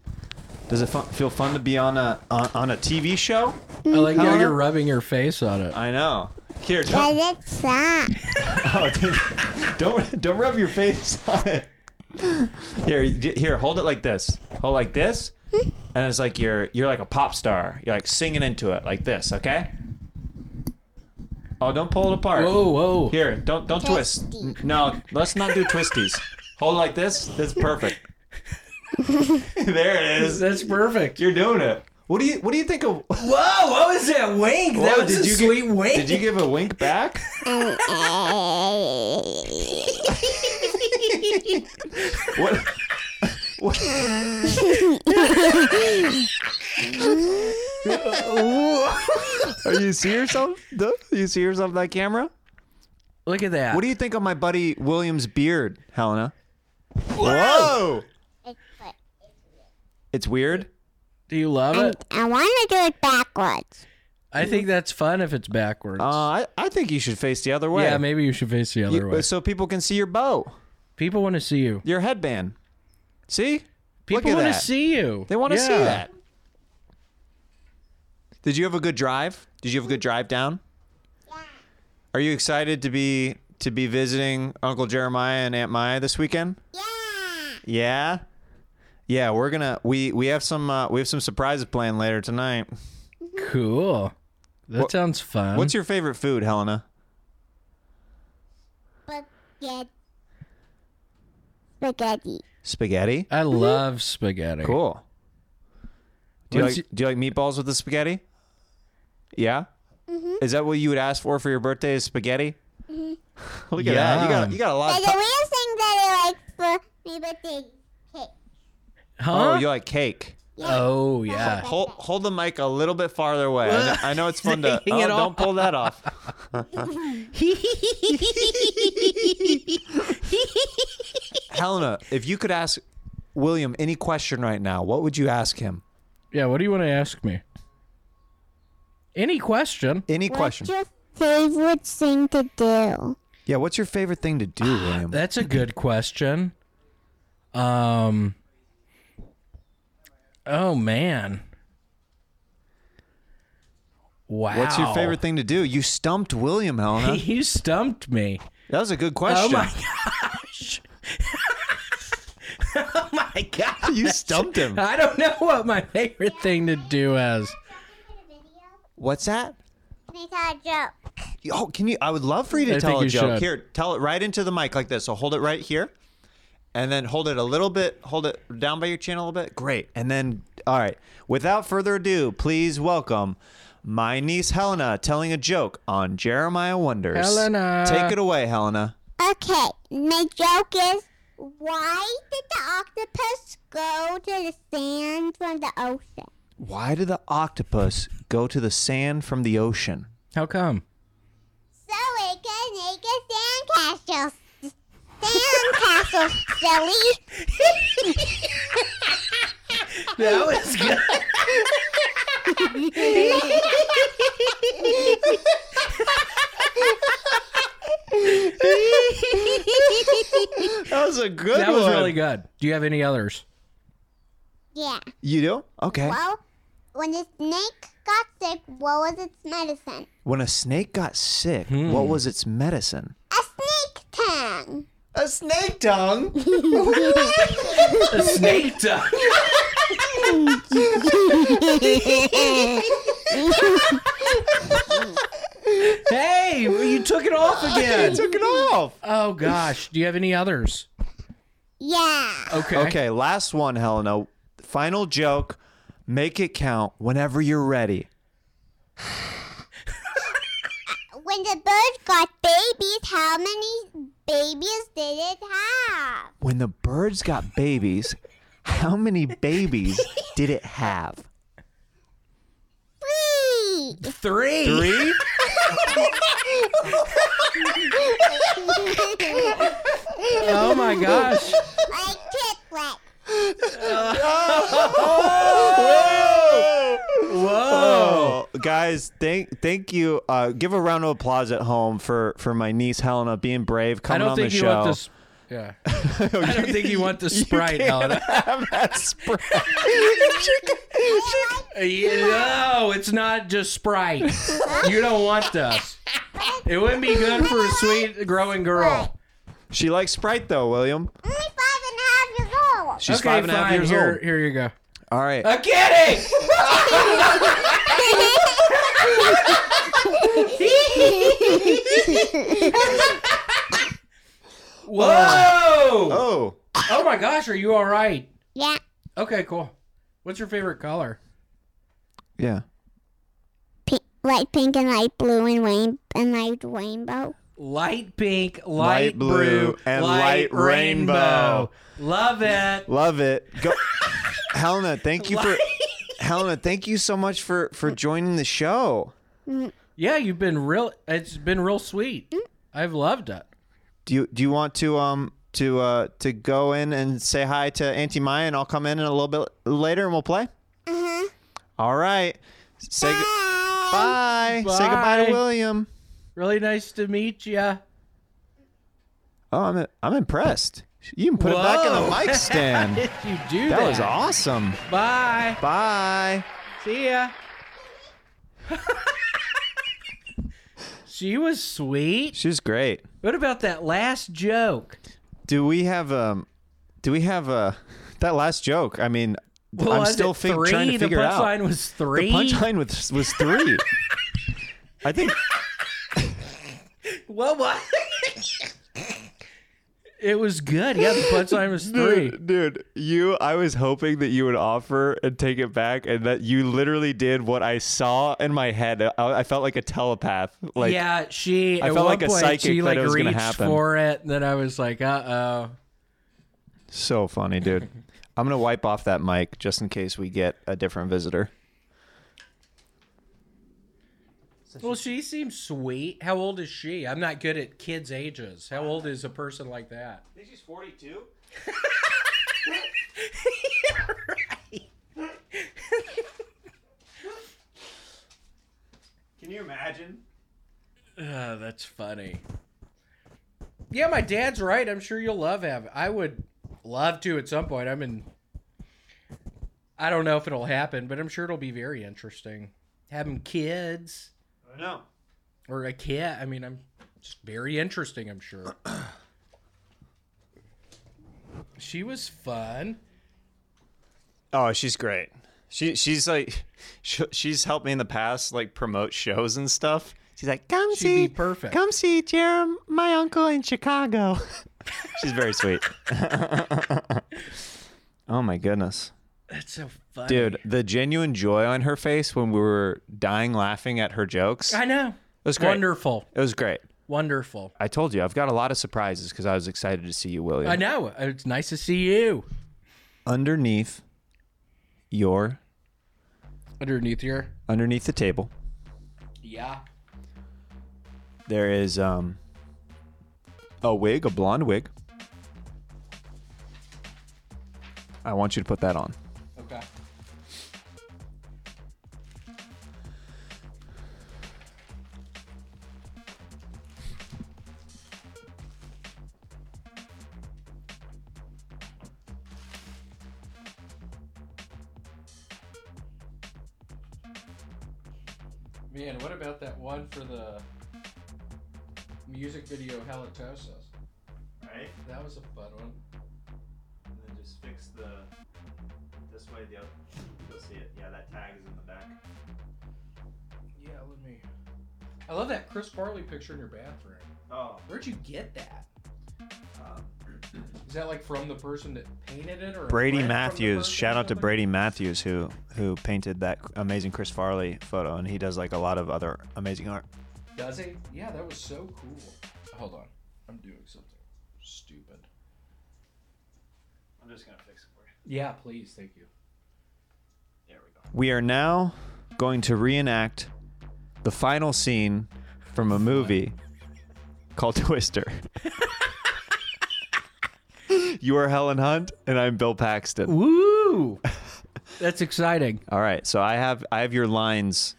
Speaker 3: Does it fun, feel fun to be on a on, on a TV show?
Speaker 1: I like how
Speaker 3: Helena?
Speaker 1: you're rubbing your face on it.
Speaker 3: I know. Here, don't,
Speaker 9: Cause it's soft.
Speaker 3: oh, dude, don't don't rub your face on it. Here, d- here, hold it like this. Hold it like this, and it's like you're you're like a pop star. You're like singing into it like this. Okay. Oh, don't pull it apart.
Speaker 1: Whoa, whoa.
Speaker 3: Here, don't don't twist.
Speaker 9: Twisty.
Speaker 3: N- No, let's not do twisties. hold it like this. That's perfect. there it is.
Speaker 1: That's perfect.
Speaker 3: You're doing it. What do you what do you think of?
Speaker 1: Whoa, what was that wink?
Speaker 3: Whoa, did you give, Did you give a wink back? What? what? Are you see yourself? Do you see yourself in that camera?
Speaker 1: Look at that.
Speaker 3: What do you think of my buddy William's beard, Helena? Whoa! It's weird.
Speaker 1: Do you love it?
Speaker 9: I want to do it backwards.
Speaker 1: I think that's fun if it's backwards.
Speaker 3: Uh, I, I think you should face the other way.
Speaker 1: yeah, maybe you should face the other
Speaker 3: You-
Speaker 1: way.
Speaker 3: so people can see your bow,
Speaker 1: People want to see you.
Speaker 3: your headband. See? Look
Speaker 1: People
Speaker 3: at
Speaker 1: want to
Speaker 3: that.
Speaker 1: see you.
Speaker 3: They want to see
Speaker 1: Yeah.
Speaker 3: that. Did you have a good drive? Did you have a good drive down? Are you excited to be to be visiting Uncle Jeremiah and Aunt Maya this weekend? Yeah. Yeah, we're gonna we we have some uh, we have some surprises planned later tonight.
Speaker 1: Hmm? Cool. That sounds fun.
Speaker 3: What's your favorite food, Helena?
Speaker 9: Spaghetti. Spaghetti.
Speaker 3: Spaghetti.
Speaker 1: I love spaghetti.
Speaker 3: Cool. Do you,
Speaker 1: When's
Speaker 3: like, do you like meatballs with the spaghetti? Yeah. Is that what you would ask for for your birthday? Is spaghetti?
Speaker 1: Mm-hmm.
Speaker 3: Look at that. You got you got a lot.
Speaker 9: But
Speaker 3: Of
Speaker 9: the
Speaker 3: to-
Speaker 9: real thing that I like for me birthday cake.
Speaker 1: Huh?
Speaker 3: oh, you like cake.
Speaker 1: Oh, yeah.
Speaker 3: Hold hold the mic a little bit farther away. I know, I know it's fun to.
Speaker 1: Taking
Speaker 3: Oh,
Speaker 1: it
Speaker 3: don't
Speaker 1: off.
Speaker 3: pull that off. Helena, if you could ask William any question right now, what would you ask him?
Speaker 1: Yeah, what do you want to ask me? Any question?
Speaker 3: Any question?
Speaker 9: What's your favorite thing to do?
Speaker 3: yeah. What's your favorite thing to do,
Speaker 1: Ah,
Speaker 3: William?
Speaker 1: That's a good question. Um Oh man. Wow.
Speaker 3: What's your favorite thing to do? You stumped William, Helena.
Speaker 1: You stumped me.
Speaker 3: That was a good question.
Speaker 1: Oh my gosh. oh my god.
Speaker 3: You stumped him.
Speaker 1: I don't know what my favorite thing to do is.
Speaker 3: What's that?
Speaker 9: Make a joke.
Speaker 3: Oh, can you? I would love for you to
Speaker 1: I
Speaker 3: tell
Speaker 1: think
Speaker 3: a
Speaker 1: you
Speaker 3: joke.
Speaker 1: should.
Speaker 3: Here, tell it right into the mic like this. So hold it right here, and then hold it a little bit. Hold it down by your chin a little bit. Great. And then, all right. Without further ado, please welcome my niece Helena telling a joke on Jeremiah Wonders.
Speaker 1: Helena.
Speaker 3: take it away, Helena.
Speaker 9: Okay, my joke is why did the octopus go to the sand from the ocean?
Speaker 3: Why did the octopus go to the sand from the ocean?
Speaker 1: How come?
Speaker 9: So it can make a sand castle. Sand castle, silly.
Speaker 1: That was good.
Speaker 3: That was a good
Speaker 1: That was really good. Do you have any others?
Speaker 9: Yeah.
Speaker 3: You do? Okay.
Speaker 9: Well, when the snake got sick, what was its medicine?
Speaker 3: When a snake got sick,
Speaker 1: Hmm.
Speaker 3: what was its medicine?
Speaker 9: A snake tongue.
Speaker 3: A snake tongue.
Speaker 1: A snake tongue. hey, well, you took it off again.
Speaker 3: Took it off.
Speaker 1: Oh gosh, do you have any others?
Speaker 9: Yeah.
Speaker 1: Okay.
Speaker 3: Okay, last one, Helena. Final joke. Make it count whenever you're ready.
Speaker 9: When the bird got babies, how many babies did it have?
Speaker 3: When the birds got babies, how many babies did it have?
Speaker 9: Three.
Speaker 1: Three.
Speaker 3: Three?
Speaker 1: Oh my gosh.
Speaker 9: like chiclet.
Speaker 1: Oh! Whoa.
Speaker 3: Oh, guys, thank thank you. Uh, give a round of applause at home for for my niece Helena being brave
Speaker 1: I
Speaker 3: coming
Speaker 1: don't
Speaker 3: on
Speaker 1: think
Speaker 3: the
Speaker 1: you
Speaker 3: show.
Speaker 1: want this. Yeah. I don't think you want the Sprite, Helena.
Speaker 3: Have that spread.
Speaker 1: Yeah, No, it's not just Sprite. You don't want this. It wouldn't be good for a sweet growing girl.
Speaker 3: she likes Sprite though, William.
Speaker 9: Only five and a half years old.
Speaker 3: She's
Speaker 1: okay,
Speaker 3: five and a half
Speaker 1: fine.
Speaker 3: years
Speaker 1: here, Oh.
Speaker 3: old.
Speaker 1: Here you go.
Speaker 3: All right.
Speaker 1: A kitty. Whoa! Oh.
Speaker 3: Oh,
Speaker 1: my gosh, are you all right?
Speaker 9: Yeah.
Speaker 1: Okay, cool. What's your favorite color?
Speaker 3: yeah.
Speaker 9: Pink, light pink and light blue and rain and light rainbow.
Speaker 1: Light pink, light,
Speaker 3: Light blue, and light rainbow.
Speaker 1: Love it.
Speaker 3: Love it. Go. Helena, thank you for Helena, thank you so much for for joining the show.
Speaker 1: Yeah, you've been real. It's been real sweet. I've loved it.
Speaker 3: Do you do you want to um to uh to go in and say hi to Auntie Maya and I'll come in, in a little bit later and we'll play?
Speaker 1: Mm-hmm.
Speaker 3: All right. Say g- bye. Say goodbye
Speaker 1: Bye.
Speaker 3: to William.
Speaker 1: Really nice to meet you.
Speaker 3: Oh, I'm I'm impressed. You can put it back in the
Speaker 1: Whoa.
Speaker 3: mic stand.
Speaker 1: Did you do that?
Speaker 3: that was awesome.
Speaker 1: Bye.
Speaker 3: Bye.
Speaker 1: See ya. she was sweet.
Speaker 3: She was great.
Speaker 1: What about that last joke?
Speaker 3: Do we have um? Do we have uh? That last joke. I mean, I'm
Speaker 1: Was
Speaker 3: still
Speaker 1: it
Speaker 3: fig-
Speaker 1: three?
Speaker 3: trying to figure
Speaker 1: the
Speaker 3: it out.
Speaker 1: punchline was three.
Speaker 3: The punchline was was three. I think
Speaker 1: What was? It was good. Yeah, the punchline was three.
Speaker 3: Dude, dude, you. I was hoping that you would offer and take it back, and that you literally did what I saw in my head. I, I felt like a telepath. Like,
Speaker 1: yeah, she.
Speaker 3: I
Speaker 1: at
Speaker 3: felt
Speaker 1: one
Speaker 3: like a
Speaker 1: point,
Speaker 3: psychic
Speaker 1: She
Speaker 3: that
Speaker 1: like
Speaker 3: it was gonna
Speaker 1: reached
Speaker 3: happen.
Speaker 1: for it. and Then I was like, uh oh.
Speaker 3: so funny, dude. I'm gonna wipe off that mic just in case we get a different visitor.
Speaker 1: Well, she seems sweet. How old is she? I'm not good at kids' ages. How old is a person like that?
Speaker 3: I think she's 42. Can you imagine?
Speaker 1: Uh, that's funny. Yeah, my dad's right. I'm sure you'll love having. I would love to at some point. I'm in. I don't know if it'll happen, but I'm sure it'll be very interesting. Having kids
Speaker 3: I know.
Speaker 1: or a cat. I mean, I'm just very interesting. I'm sure. she was fun.
Speaker 3: Oh, she's great. She she's like sh- she's helped me in the past like promote shows and stuff. She's like, "Come
Speaker 1: She'd
Speaker 3: see
Speaker 1: be perfect.
Speaker 3: Come see Jerem, my uncle in Chicago." she's very sweet. oh my goodness.
Speaker 1: That's so funny,
Speaker 3: Dude, the genuine joy on her face when we were dying laughing at her jokes.
Speaker 1: I
Speaker 3: It
Speaker 1: know.
Speaker 3: was great.
Speaker 1: Wonderful,
Speaker 3: It was great.
Speaker 1: wonderful.
Speaker 3: I told you, I've got a lot of surprises because I was excited to see you, William.
Speaker 1: I know. It's nice to see you
Speaker 3: Underneath your
Speaker 1: underneath your.
Speaker 3: underneath the table,
Speaker 1: Yeah.
Speaker 3: there is um a wig, a blonde wig. I want you to put that on.
Speaker 1: Okay. Man, what about that one for the music video Halitosis?
Speaker 2: Right?
Speaker 1: That was a fun one.
Speaker 2: And then just fix the this way, the other you'll see it. Yeah, that tag is in the back.
Speaker 1: Yeah, let me. I love that Chris Farley picture in your bathroom.
Speaker 2: Oh,
Speaker 1: Where'd you get that?
Speaker 2: um,
Speaker 1: Is that like from the person that painted it, or a
Speaker 3: Brady
Speaker 1: friend from the
Speaker 3: Matthews.
Speaker 1: person
Speaker 3: Shout
Speaker 1: or
Speaker 3: out to
Speaker 1: something?
Speaker 3: Brady Matthews who who painted that amazing Chris Farley photo, and he does like a lot of other amazing art.
Speaker 1: Does he? Yeah, that was so cool. Hold on, I'm doing something stupid.
Speaker 2: I'm just gonna fix it for you.
Speaker 1: Yeah, please, thank you.
Speaker 2: There we go.
Speaker 3: We are now going to reenact the final scene from a movie called Twister. you are Helen Hunt, and I'm Bill Paxton.
Speaker 1: Woo! That's exciting.
Speaker 3: All right, so I have I have your lines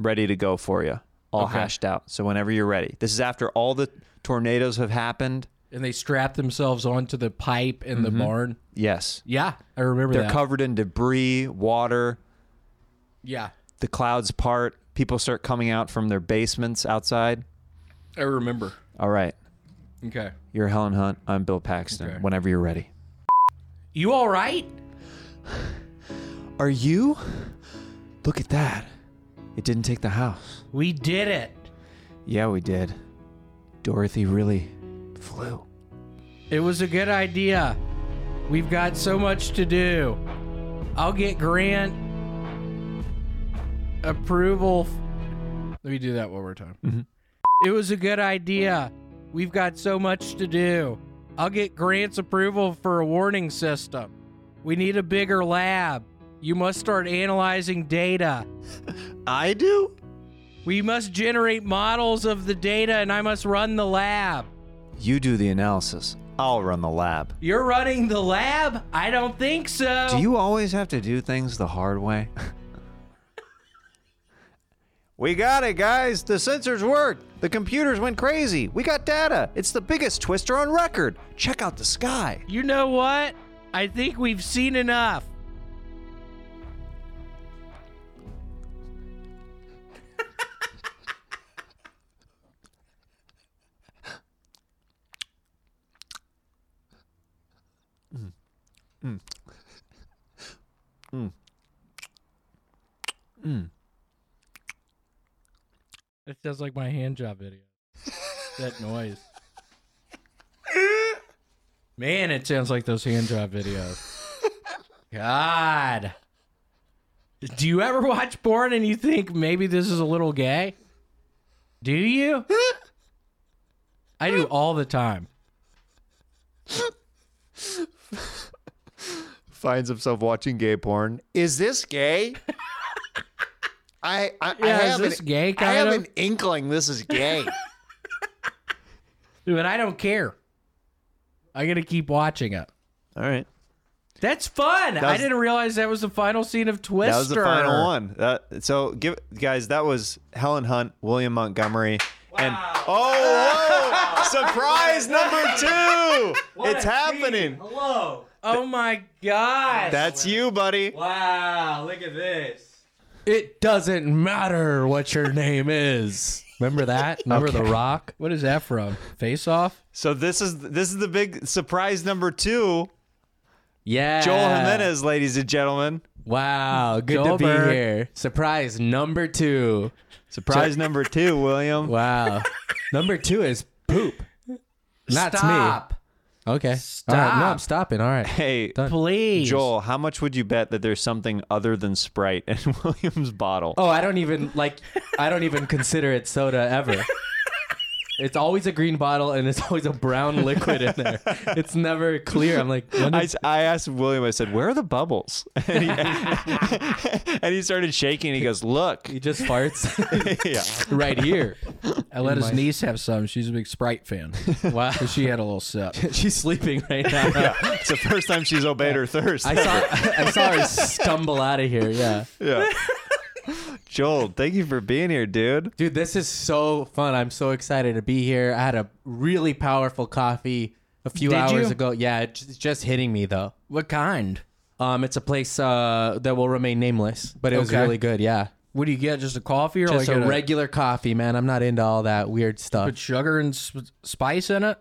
Speaker 3: ready to go for you, all
Speaker 1: Okay.
Speaker 3: hashed out. So whenever you're ready, this is after all the tornadoes have happened.
Speaker 1: And they strap themselves onto the pipe in the barn.
Speaker 3: Yes,
Speaker 1: Yeah, I remember
Speaker 3: Mm-hmm. They're
Speaker 1: that.
Speaker 3: covered in debris, water,
Speaker 1: yeah,
Speaker 3: the clouds part. People start coming out from their basements outside.
Speaker 1: I remember.
Speaker 3: All right.
Speaker 1: Okay.
Speaker 3: You're Helen Hunt. I'm Bill Paxton.
Speaker 1: Okay.
Speaker 3: Whenever you're ready.
Speaker 1: You all right?
Speaker 3: Are you? Look at that. It didn't take the house.
Speaker 1: We did it.
Speaker 3: Yeah, we did. Dorothy really flew.
Speaker 1: It was a good idea. We've got so much to do. I'll get grant approval. f- Let me do that one more time.
Speaker 3: Mhm.
Speaker 1: It was a good idea. We've got so much to do. I'll get grant's approval for a warning system. We need a bigger lab. You must start analyzing data.
Speaker 3: I do?
Speaker 1: We must generate models of the data and I must run the lab.
Speaker 3: You do the analysis. I'll run the lab.
Speaker 1: You're running the lab? I don't think so.
Speaker 3: Do you always have to do things the hard way? we got it, guys. The sensors worked. The computers went crazy. We got data. It's the biggest twister on record. Check out the sky.
Speaker 1: You know what? I think we've seen enough. It sounds like my hand job video. that noise. Man, it sounds like those hand job videos. God. Do you ever watch porn and you think maybe this is a little gay? Do you? I do all the time.
Speaker 3: Finds himself watching gay porn. Is this gay? I I, I
Speaker 1: Yeah, is
Speaker 3: have
Speaker 1: this
Speaker 3: an,
Speaker 1: gay
Speaker 3: I
Speaker 1: kind
Speaker 3: have
Speaker 1: of?
Speaker 3: an inkling this is gay.
Speaker 1: But I don't care. I'm gonna keep watching it.
Speaker 3: All right.
Speaker 1: That's fun. I
Speaker 3: was-
Speaker 1: didn't realize that was the final scene of Twister.
Speaker 3: That was the final one. That, so give guys, that was Helen Hunt, William Montgomery, and oh, whoa! surprise number two.
Speaker 2: What
Speaker 3: it's
Speaker 2: a
Speaker 3: happening.
Speaker 2: scene. Hello.
Speaker 1: Oh my god.
Speaker 3: That's you, buddy.
Speaker 2: Wow, look at this.
Speaker 1: It doesn't matter what your name is. Remember that? Remember The Rock? What is that from? Face Off?
Speaker 3: So this is this is the big surprise number two.
Speaker 10: Yeah.
Speaker 3: Joel Jimenez, ladies and gentlemen.
Speaker 10: Wow. Good to
Speaker 1: Joelberg.
Speaker 10: be here. Surprise number two.
Speaker 3: Surprise number two, William.
Speaker 10: Wow. number two is poop. Not
Speaker 1: Stop.
Speaker 10: me. Okay.
Speaker 1: Stop.
Speaker 10: All right. No, I'm stopping. All right.
Speaker 3: Hey,
Speaker 1: Please.
Speaker 3: Joel, how much would you bet that there's something other than Sprite in William's bottle?
Speaker 10: Oh, I don't even like. I don't even consider it soda ever. It's always a green bottle and it's always a brown liquid in there. It's never clear. I'm like, when
Speaker 3: I,
Speaker 10: is-
Speaker 3: s- I asked William, I said, Where are the bubbles? And he, and he started shaking. He goes, Look.
Speaker 10: he just farts
Speaker 3: yeah.
Speaker 10: right here.
Speaker 1: I let his
Speaker 10: my-
Speaker 1: niece have some. She's a big Sprite fan.
Speaker 10: Wow.
Speaker 1: she had a little sip.
Speaker 10: She's sleeping right now.
Speaker 3: It's the first time she's obeyed her thirst.
Speaker 10: I saw I saw her stumble out of here. Yeah.
Speaker 3: Yeah. Joel, thank you for being here, dude.
Speaker 10: Dude, this is so fun. I'm so excited to be here. I had a really powerful coffee a few
Speaker 1: Did
Speaker 10: hours
Speaker 1: you?
Speaker 10: ago. Yeah, it's it's just hitting me though.
Speaker 1: What kind?
Speaker 10: Um, it's a place uh, that will remain nameless, but it was
Speaker 1: Okay.
Speaker 10: really good. Yeah,
Speaker 1: What do you get? Just a coffee or
Speaker 10: just
Speaker 1: like
Speaker 10: a
Speaker 1: a-
Speaker 10: regular coffee, man. I'm not into all that weird stuff.
Speaker 1: Put sugar and sp- spice in it.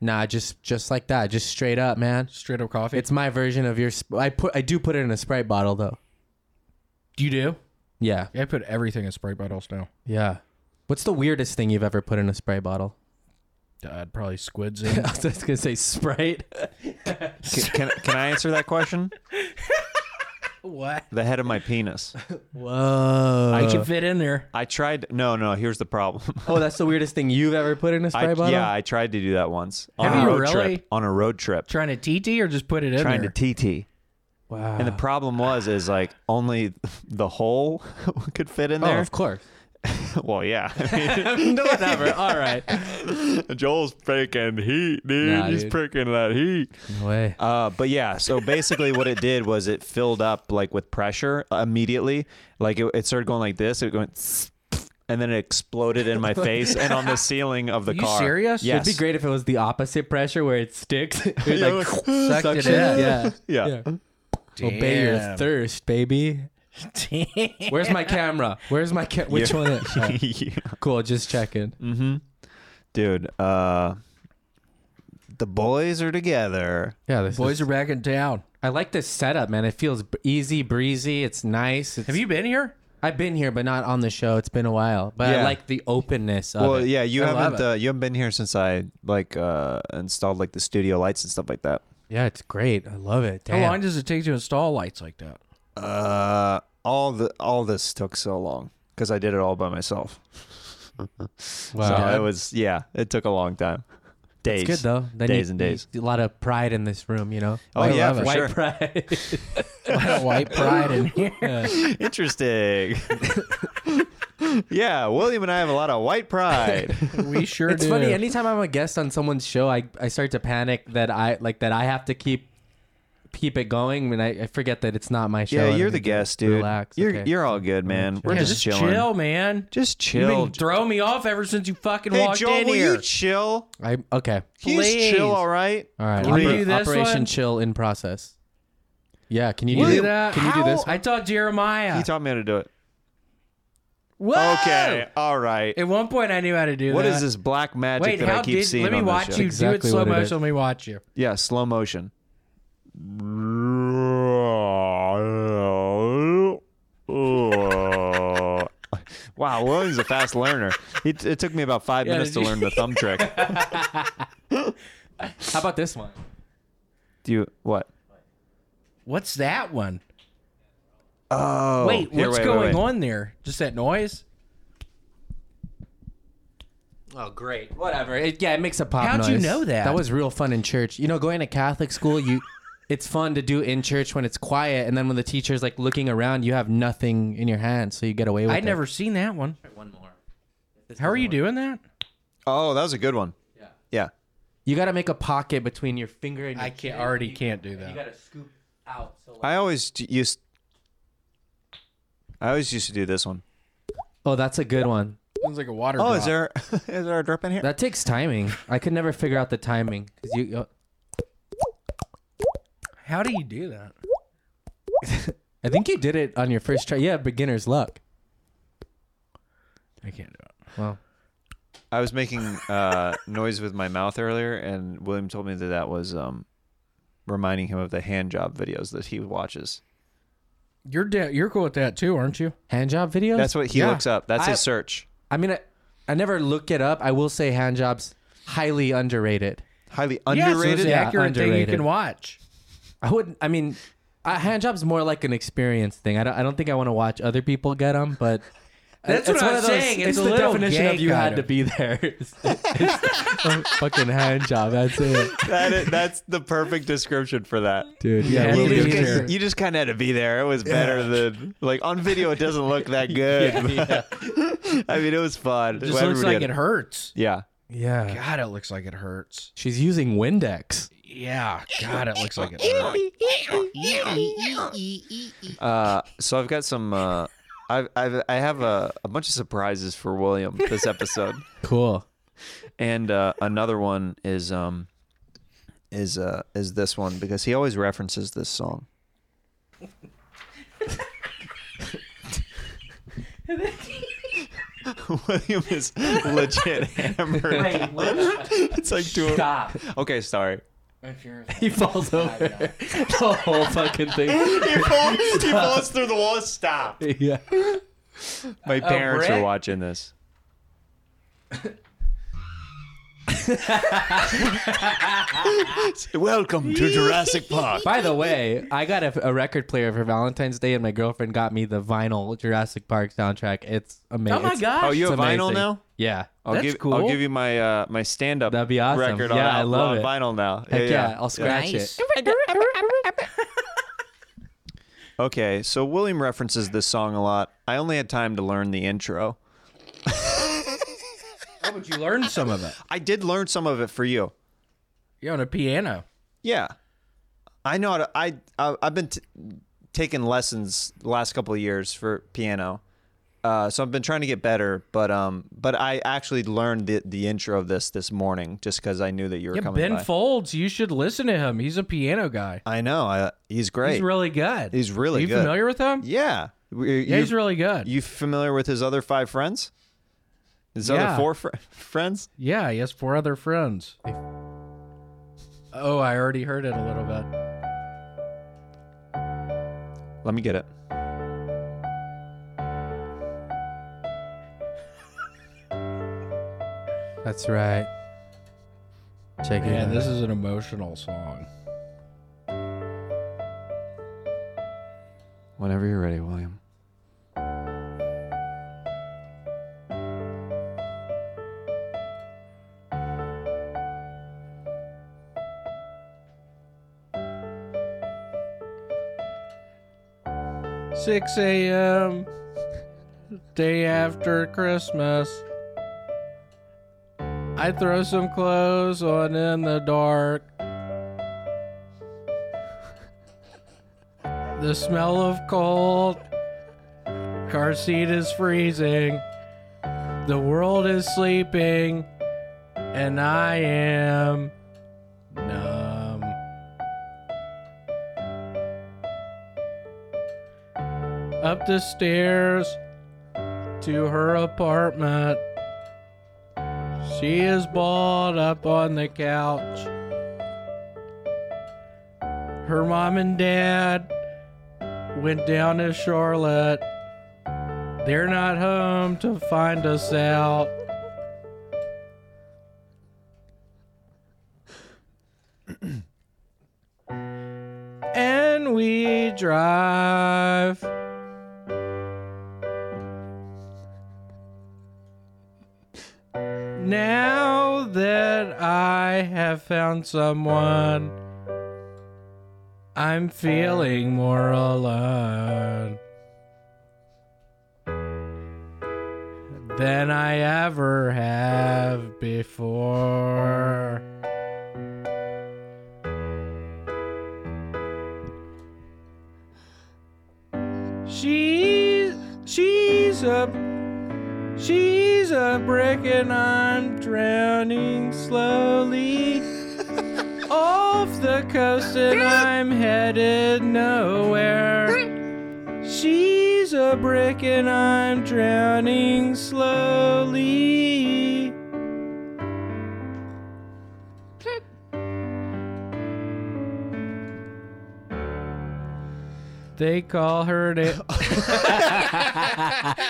Speaker 10: nah, just just like that, just straight up, man.
Speaker 1: Straight up coffee.
Speaker 10: It's my version of your. Sp- I put I do put it in a Sprite bottle though.
Speaker 1: you do.
Speaker 10: Yeah,
Speaker 1: Yeah, I put everything in Sprite bottles now.
Speaker 10: yeah. What's the weirdest thing you've ever put in a Sprite bottle?
Speaker 1: I'd probably squids in.
Speaker 10: I was just gonna say Sprite.
Speaker 3: Can, can, can I answer that question?
Speaker 1: what?
Speaker 3: The head of my penis.
Speaker 10: Whoa.
Speaker 1: I can fit in there.
Speaker 3: I tried. No, no, here's the problem.
Speaker 10: Oh, that's the weirdest thing you've ever put in a Sprite
Speaker 3: I,
Speaker 10: bottle?
Speaker 3: yeah, I tried to do that once on
Speaker 1: Have
Speaker 3: a
Speaker 1: you
Speaker 3: road
Speaker 1: really?
Speaker 3: trip. On a road trip,
Speaker 1: Trying to TT or just put it in
Speaker 3: trying
Speaker 1: there?
Speaker 3: to TT.
Speaker 10: Wow.
Speaker 3: And the problem was, is like only the hole could fit in
Speaker 10: oh,
Speaker 3: there.
Speaker 10: of course.
Speaker 3: well, yeah. I
Speaker 10: no, whatever. All right.
Speaker 3: mean, Joel's freaking heat, dude.
Speaker 10: Nah,
Speaker 3: He's
Speaker 10: dude.
Speaker 3: freaking that heat.
Speaker 10: No way.
Speaker 3: Uh, but yeah, so basically what it did was it filled up like with pressure immediately. Like it, it started going like this. It went, and then it exploded in my face and on the ceiling of the
Speaker 1: You
Speaker 3: car.
Speaker 1: serious?
Speaker 3: Yes.
Speaker 10: It'd be great if it was the opposite pressure where it sticks. It
Speaker 3: Yeah,
Speaker 10: like
Speaker 3: it
Speaker 1: Sucked it
Speaker 10: suction.
Speaker 1: in.
Speaker 10: Yeah.
Speaker 3: Yeah.
Speaker 10: Obey your
Speaker 1: Damn.
Speaker 10: thirst, baby.
Speaker 1: Damn.
Speaker 10: Where's my camera? Where's my ca- Which
Speaker 3: Yeah. Mm.
Speaker 10: one? Is- All right.
Speaker 3: yeah.
Speaker 10: Cool. Just checking.
Speaker 3: Dude, uh, the boys are together.
Speaker 10: Yeah. This
Speaker 1: Boys
Speaker 10: is-
Speaker 1: are back in town.
Speaker 10: I like this setup, man. It feels b- easy, breezy. It's nice. It's-
Speaker 1: Have you been here?
Speaker 10: I've been here, but not on the show. It's been a while. But I
Speaker 3: Yeah.
Speaker 10: like the openness of
Speaker 3: Well,
Speaker 10: it.
Speaker 3: yeah, you
Speaker 1: I love
Speaker 3: haven't
Speaker 1: it.
Speaker 3: uh, you haven't been here since I like uh installed like the studio lights and stuff like that.
Speaker 10: Yeah, it's great. I love it. Damn.
Speaker 1: How long does it take to install lights like that?
Speaker 3: Uh, all the all this took so long because I did it all by myself.
Speaker 10: Wow.
Speaker 3: So it was yeah, it took a long time. Days.
Speaker 10: It's good though. Then
Speaker 3: days
Speaker 10: you-
Speaker 3: and days.
Speaker 10: you- a lot of pride in this room, you know.
Speaker 3: Oh, yeah, for
Speaker 10: white
Speaker 3: sure.
Speaker 10: pride.
Speaker 1: White pride in here.
Speaker 3: Interesting. yeah, William and I have a lot of white pride.
Speaker 1: We sure
Speaker 10: it's
Speaker 1: do.
Speaker 10: funny. Anytime I'm a guest on someone's show, I, I start to panic that I like that I have to keep keep it going, and I, I forget that it's not my show.
Speaker 3: yeah,
Speaker 10: and I
Speaker 3: you're the
Speaker 10: need to
Speaker 3: guest, dude.
Speaker 10: Relax.
Speaker 3: You're
Speaker 10: okay.
Speaker 3: you're all good, man. We're
Speaker 1: Yeah, just
Speaker 3: just, chilling.
Speaker 1: chill, man.
Speaker 3: Just
Speaker 1: You've
Speaker 3: chill.
Speaker 1: been throwing me off ever since you fucking
Speaker 3: hey,
Speaker 1: walked
Speaker 3: Joel,
Speaker 1: in
Speaker 3: will
Speaker 1: here.
Speaker 3: you chill?
Speaker 10: I okay.
Speaker 3: Can you just
Speaker 1: Please.
Speaker 3: chill, all right?
Speaker 10: All right.
Speaker 1: Can you
Speaker 10: Oper-
Speaker 1: do this
Speaker 10: Operation
Speaker 1: one?
Speaker 10: Chill in process. Yeah. Can you
Speaker 1: You
Speaker 10: do
Speaker 1: do
Speaker 10: this?
Speaker 1: that?
Speaker 10: Can you do this?
Speaker 1: How- I taught Jeremiah.
Speaker 3: He taught me how to do it.
Speaker 1: Whoa!
Speaker 3: Okay, all right.
Speaker 1: At one point, I knew how to do
Speaker 3: What
Speaker 1: that.
Speaker 3: is this black magic
Speaker 1: Wait,
Speaker 3: that
Speaker 1: how
Speaker 3: I keep
Speaker 1: did?
Speaker 3: seeing
Speaker 1: Let me
Speaker 3: on this
Speaker 1: watch
Speaker 3: show?
Speaker 1: you do it
Speaker 10: Exactly
Speaker 1: slow
Speaker 10: what it
Speaker 1: motion.
Speaker 10: is.
Speaker 1: Let me watch you.
Speaker 3: Yeah, slow motion. wow, William's a fast learner. It, it took me about five
Speaker 1: Yeah,
Speaker 3: minutes to
Speaker 1: did you-
Speaker 3: learn the thumb trick.
Speaker 10: How about this one?
Speaker 3: Do you what?
Speaker 1: What's that one?
Speaker 3: Oh,
Speaker 1: wait,
Speaker 3: here,
Speaker 1: what's
Speaker 3: wait, wait,
Speaker 1: going
Speaker 3: wait.
Speaker 1: on there? Just that noise?
Speaker 10: Oh, great. Whatever. It, yeah, it makes a pop
Speaker 1: How'd you
Speaker 10: noise.
Speaker 1: know that?
Speaker 10: That was real fun in church. You know, going to Catholic school, you it's fun to do in church when it's quiet, and then when the teacher's like looking around, you have nothing in your hand, so you get away with
Speaker 1: I'd
Speaker 10: it.
Speaker 1: never seen that one.
Speaker 10: One more.
Speaker 1: How are you doing that?
Speaker 3: Oh, that was a good one.
Speaker 10: Yeah.
Speaker 3: Yeah.
Speaker 10: You got to make a pocket between your finger and your
Speaker 1: I can't.
Speaker 10: thumb.
Speaker 1: Already
Speaker 10: You-
Speaker 1: can't do
Speaker 10: and You
Speaker 1: that.
Speaker 10: got to scoop out. So like,
Speaker 3: I always d- used. I always used to do this one.
Speaker 10: oh, that's a good one.
Speaker 1: Sounds like a water.
Speaker 3: Oh,
Speaker 1: drop.
Speaker 3: is there is there a drip in here?
Speaker 10: That takes timing. I could never figure out the timing 'cause you. uh,
Speaker 1: How do you do that?
Speaker 10: I think you did it on your first try. Yeah, beginner's luck.
Speaker 1: I can't do it.
Speaker 10: Wow.
Speaker 3: I was making uh, noise with my mouth earlier, and William told me that that was um, reminding him of the hand job videos that he watches.
Speaker 1: You're da- you're cool with that too, aren't you?
Speaker 10: Hand job videos.
Speaker 3: That's what he
Speaker 10: Yeah.
Speaker 3: looks up. That's
Speaker 10: I-
Speaker 3: his search.
Speaker 10: I mean, I, I never look it up. I will say hand jobs highly underrated.
Speaker 3: Highly
Speaker 1: Yeah, so it's
Speaker 3: underrated.
Speaker 1: an
Speaker 10: Yeah,
Speaker 1: accurate thing you
Speaker 10: underrated.
Speaker 1: can watch.
Speaker 10: I wouldn't. I mean, uh, hand jobs more like an experience thing. I don't. I don't think I want to watch other people get them, but.
Speaker 1: That's
Speaker 10: it's
Speaker 1: what
Speaker 10: one
Speaker 1: I'm
Speaker 10: of those-
Speaker 1: saying.
Speaker 10: It's,
Speaker 1: It's a
Speaker 10: the
Speaker 1: little
Speaker 10: definition
Speaker 1: gay
Speaker 10: of you
Speaker 1: kind
Speaker 10: had to
Speaker 1: of-
Speaker 10: be there. It's, it's a fucking hand job. That's it,
Speaker 3: That is, that's the perfect description for that.
Speaker 10: dude.
Speaker 1: You
Speaker 10: Yeah,
Speaker 1: had to
Speaker 10: we'll
Speaker 1: be
Speaker 10: do
Speaker 1: there.
Speaker 10: this.
Speaker 3: You just kind of had to be there. It was better than like on video. It doesn't look that good. but- I mean, it was fun.
Speaker 1: It just looks
Speaker 3: Everybody
Speaker 1: like
Speaker 3: had-
Speaker 1: it hurts.
Speaker 3: Yeah.
Speaker 10: Yeah,
Speaker 1: God, it looks like it hurts.
Speaker 10: she's using Windex.
Speaker 1: Yeah, God, it looks like it hurts.
Speaker 3: Uh, so I've got some. Uh, I've, I've I have a, a bunch of surprises for William this episode,
Speaker 10: Cool.
Speaker 3: and uh, another one is um is uh is this one because he always references this song. William is legit hammered. it's like two.
Speaker 10: Stop.
Speaker 3: Okay, sorry.
Speaker 10: He falls over. the whole fucking thing.
Speaker 3: He falls, he falls through the wall. Stop.
Speaker 10: Yeah.
Speaker 3: My parents are
Speaker 1: brick?
Speaker 3: watching this. Welcome to Jurassic Park.
Speaker 10: By the way, I got a, a record player for Valentine's Day, and my girlfriend got me the vinyl Jurassic Park soundtrack. It's amazing.
Speaker 1: Oh my
Speaker 3: Oh,
Speaker 1: gosh!
Speaker 3: you have
Speaker 10: It's
Speaker 3: vinyl
Speaker 10: amazing.
Speaker 3: now?
Speaker 10: Yeah.
Speaker 3: I'll
Speaker 1: That's
Speaker 3: give I'll
Speaker 1: cool.
Speaker 3: give you my uh, my stand up
Speaker 10: That'd be awesome.
Speaker 3: record on,
Speaker 10: Yeah, I
Speaker 3: out-
Speaker 10: love
Speaker 3: on
Speaker 10: it.
Speaker 3: vinyl now.
Speaker 10: Heck yeah, I'll scratch it.
Speaker 3: Okay, so William references this song a lot. I only had time to learn the intro.
Speaker 1: How would you learn some of it?
Speaker 3: I did learn some of it for you.
Speaker 1: You on a piano?
Speaker 3: Yeah, I know. How to, I, I I've been t- taking lessons the last couple of years for piano, uh, so I've been trying to get better. But um, but I actually learned the the intro of this this morning just because I knew that you were
Speaker 1: Yeah,
Speaker 3: coming.
Speaker 1: Ben
Speaker 3: by.
Speaker 1: Folds. You should listen to him. He's a piano guy.
Speaker 3: I know. I, he's great.
Speaker 1: He's really good.
Speaker 3: He's really
Speaker 1: you
Speaker 3: good.
Speaker 1: familiar with him?
Speaker 3: yeah.
Speaker 1: Yeah, he's really good.
Speaker 3: You familiar with his other five friends? His other
Speaker 1: Yeah.
Speaker 3: four fr- friends?
Speaker 1: yeah, he has four other friends. Oh, I already heard it a little bit.
Speaker 3: Let me get it.
Speaker 10: That's right. Check it
Speaker 1: Yeah,
Speaker 10: out.
Speaker 1: this is an emotional song.
Speaker 3: Whenever you're ready, William.
Speaker 1: Six a.m. day after Christmas. I throw some clothes on in the dark. The smell of cold. Car seat is freezing. The world is sleeping. And I am numb. Up the stairs to her apartment. She is balled up on the couch. Her mom and dad went down to Charlotte. They're not home to find us out. drive. Now that I have found someone, I'm feeling more alone than I ever have before. She's she's a she's a brick and I'm drowning slowly off the coast and I'm headed nowhere. She's a brick and I'm drowning slowly. They call her na-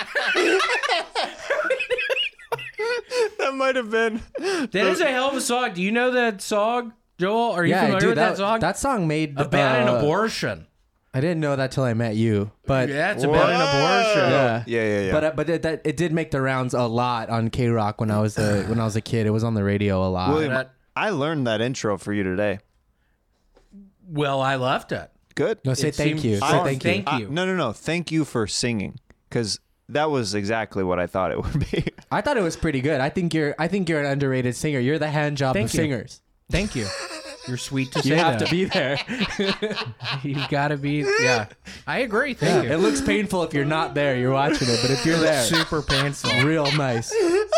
Speaker 3: that might have been.
Speaker 1: That is a hell of a song. Do you know that song, Joel? Are you
Speaker 10: yeah,
Speaker 1: familiar
Speaker 10: dude,
Speaker 1: with that, song?
Speaker 10: That song made
Speaker 1: about
Speaker 10: uh,
Speaker 1: an abortion.
Speaker 10: I didn't know that till I met you, but
Speaker 1: yeah, it's about an abortion.
Speaker 10: Yeah.
Speaker 3: Yeah, yeah, yeah.
Speaker 10: But uh, but it, that it did make the rounds a lot on K Rock when I was a when I was a kid. It was on the radio a lot.
Speaker 3: William,
Speaker 1: that-
Speaker 3: I learned that intro for you today.
Speaker 1: Well, I loved it.
Speaker 3: Good.
Speaker 10: no, say
Speaker 1: it
Speaker 10: thank
Speaker 1: seemed
Speaker 10: you. Say
Speaker 1: fun.
Speaker 10: thank you. Uh,
Speaker 1: Thank
Speaker 3: I-
Speaker 1: you.
Speaker 3: no, no, no. Thank you for singing because that was exactly what I thought it would be.
Speaker 10: I thought it was pretty good. I think you're I think you're an underrated singer. You're the hand job
Speaker 1: Thank
Speaker 10: of
Speaker 1: you.
Speaker 10: singers.
Speaker 1: Thank you. You're sweet to
Speaker 10: You
Speaker 1: say
Speaker 10: have
Speaker 1: that.
Speaker 10: to be there.
Speaker 1: You've got to be. Yeah, I agree. Thank
Speaker 10: It
Speaker 1: you.
Speaker 10: looks painful if you're not there. You're watching it, but if you're there,
Speaker 1: Super painful.
Speaker 10: it's real nice.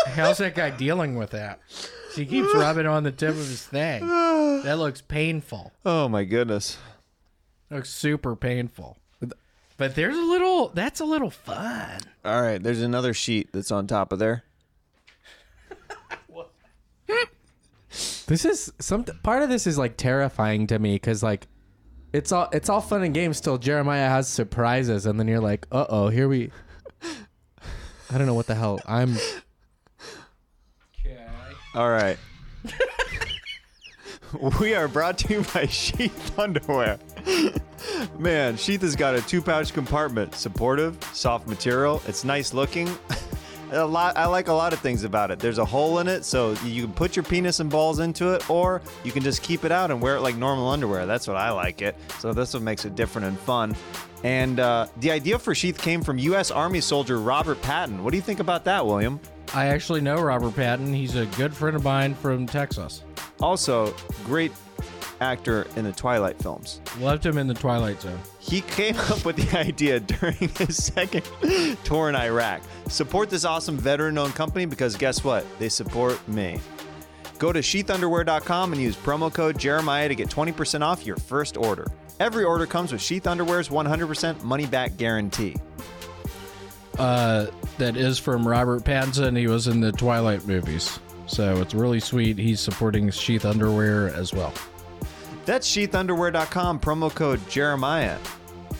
Speaker 1: How's that guy dealing with that? She keeps rubbing on the tip of his thing. That looks painful.
Speaker 3: Oh my goodness.
Speaker 1: Looks super painful. But there's a little. That's a little fun.
Speaker 3: All right, there's another sheet that's on top of there.
Speaker 10: This is some part of this is like terrifying to me because like it's all it's all fun and games till Jeremiah has surprises and then you're like, uh oh, here we. I don't know what the hell I'm.
Speaker 3: All right. we are brought to you by Sheath Underwear. Man, Sheath has got a two pouch compartment. Supportive, soft material. It's nice looking. A lot, I like a lot of things about it. There's a hole in it, so you can put your penis and balls into it, or you can just keep it out and wear it like normal underwear. That's what I like it. So this one makes it different and fun. And uh, the idea for Sheath came from U.S. Army soldier Robert Patton. What do you think about that, William?
Speaker 1: I actually know Robert Patton. He's a good friend of mine from Texas.
Speaker 3: also great actor in the Twilight films.
Speaker 1: Loved him in the Twilight Zone.
Speaker 3: He came up with the idea during his second tour in Iraq. Support this awesome veteran-owned company because guess what? They support me. Go to sheathunderwear.com and use promo code Jeremiah to get 20% off your first order. Every order comes with Sheath Underwear's 100% money back guarantee.
Speaker 1: Uh, that is from Robert Pattinson. He was in the Twilight movies. So it's really sweet. He's supporting Sheath Underwear as well.
Speaker 3: That's sheathunderwear.com, promo code Jeremiah.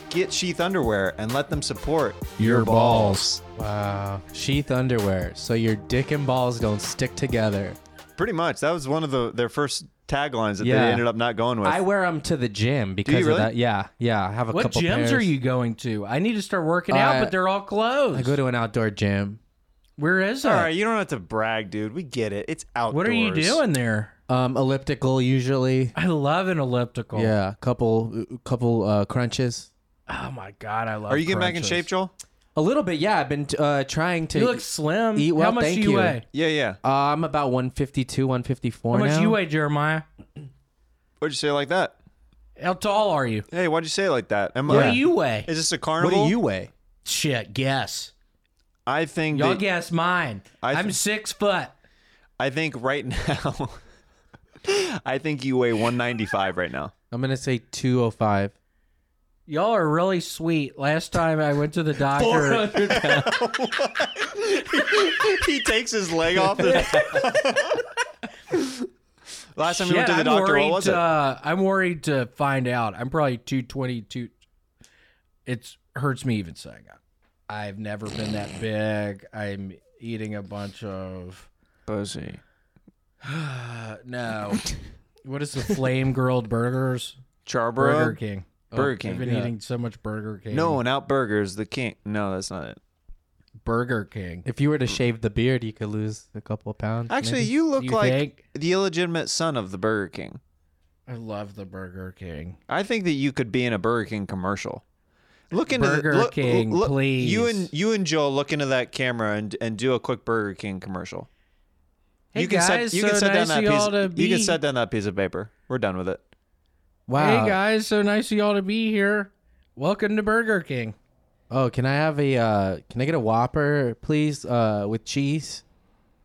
Speaker 3: Get Sheath Underwear and let them support
Speaker 1: Your balls.
Speaker 10: Wow. Sheath underwear, so your dick and balls don't stick together.
Speaker 3: Pretty much. That was one of the their first taglines that
Speaker 10: Yeah.
Speaker 3: they ended up not going with.
Speaker 10: I wear them to the gym because
Speaker 3: really?
Speaker 10: of that. Yeah, yeah. I have a
Speaker 1: What
Speaker 10: couple.
Speaker 1: gyms are
Speaker 10: pairs.
Speaker 1: you going to? I need to start working out,
Speaker 10: Uh,
Speaker 1: but they're all closed.
Speaker 10: I go to an outdoor gym.
Speaker 1: Where is
Speaker 3: All
Speaker 1: that?
Speaker 3: right, you don't have to brag, dude. We get it. It's outdoors.
Speaker 1: What are you doing there?
Speaker 10: Um, elliptical usually.
Speaker 1: I love an elliptical.
Speaker 10: Yeah, couple couple uh, crunches.
Speaker 1: Oh my god, I love.
Speaker 3: Are you getting back in
Speaker 1: crunches.
Speaker 3: shape, Joel?
Speaker 10: A little bit, yeah. I've been uh, trying to.
Speaker 1: You look slim.
Speaker 10: Eat well,
Speaker 1: How much
Speaker 10: thank
Speaker 1: do you,
Speaker 10: you.
Speaker 1: weigh?
Speaker 3: Yeah, yeah.
Speaker 10: Uh, I'm about 152, 154
Speaker 1: How much
Speaker 10: now.
Speaker 1: do you weigh, Jeremiah?
Speaker 3: What'd you say like that?
Speaker 1: How tall are you?
Speaker 3: Hey, why'd you say it like that? Am
Speaker 1: What
Speaker 3: I-
Speaker 1: do you weigh?
Speaker 3: Is this a
Speaker 10: What
Speaker 3: carnival?
Speaker 10: do you weigh?
Speaker 1: Shit, guess.
Speaker 3: I think.
Speaker 1: Y'all
Speaker 3: that-
Speaker 1: guess mine.
Speaker 3: I
Speaker 1: I'm
Speaker 3: th-
Speaker 1: six foot.
Speaker 3: I think right now. I think you weigh 195 right now.
Speaker 10: I'm gonna say 205.
Speaker 1: Y'all are really sweet. Last time I went to the doctor,
Speaker 3: he takes his leg off. The- Last time you went
Speaker 1: Shit,
Speaker 3: to the
Speaker 1: I'm
Speaker 3: doctor,
Speaker 1: worried.
Speaker 3: what was it?
Speaker 1: Uh, I'm worried to find out. I'm probably 222. It hurts me even saying it. I've never been that big. I'm eating a bunch of
Speaker 3: Pussy.
Speaker 1: uh, no. what is the flame grilled burgers? Burger
Speaker 3: Charbro.
Speaker 1: King.
Speaker 3: Burger
Speaker 1: Oh, I've
Speaker 3: King.
Speaker 1: been
Speaker 3: Yeah.
Speaker 1: eating so much Burger King.
Speaker 3: No, and out burgers the king. No, that's not it.
Speaker 1: Burger King.
Speaker 10: If you were to shave the beard, you could lose a couple of pounds.
Speaker 3: Actually,
Speaker 10: maybe.
Speaker 3: you look
Speaker 1: You
Speaker 3: like
Speaker 1: think?
Speaker 3: the illegitimate son of the Burger King.
Speaker 1: I love the Burger King.
Speaker 3: I think that you could be in a Burger King commercial. Look into
Speaker 1: Burger
Speaker 3: the, look,
Speaker 1: King,
Speaker 3: look-
Speaker 1: please.
Speaker 3: You and you and Joel look into that camera and and do a quick Burger King commercial.
Speaker 1: Hey,
Speaker 3: you can
Speaker 1: guys,
Speaker 3: set, you
Speaker 1: so
Speaker 3: can set
Speaker 1: nice
Speaker 3: down
Speaker 1: of y'all
Speaker 3: that
Speaker 1: to
Speaker 3: piece. You
Speaker 1: be-
Speaker 3: can set down that piece of paper. We're done with it.
Speaker 10: wow.
Speaker 1: Hey guys, so nice of y'all to be here. Welcome to Burger King.
Speaker 10: Oh, can I have a? Uh, can I get a Whopper, please, uh, with cheese?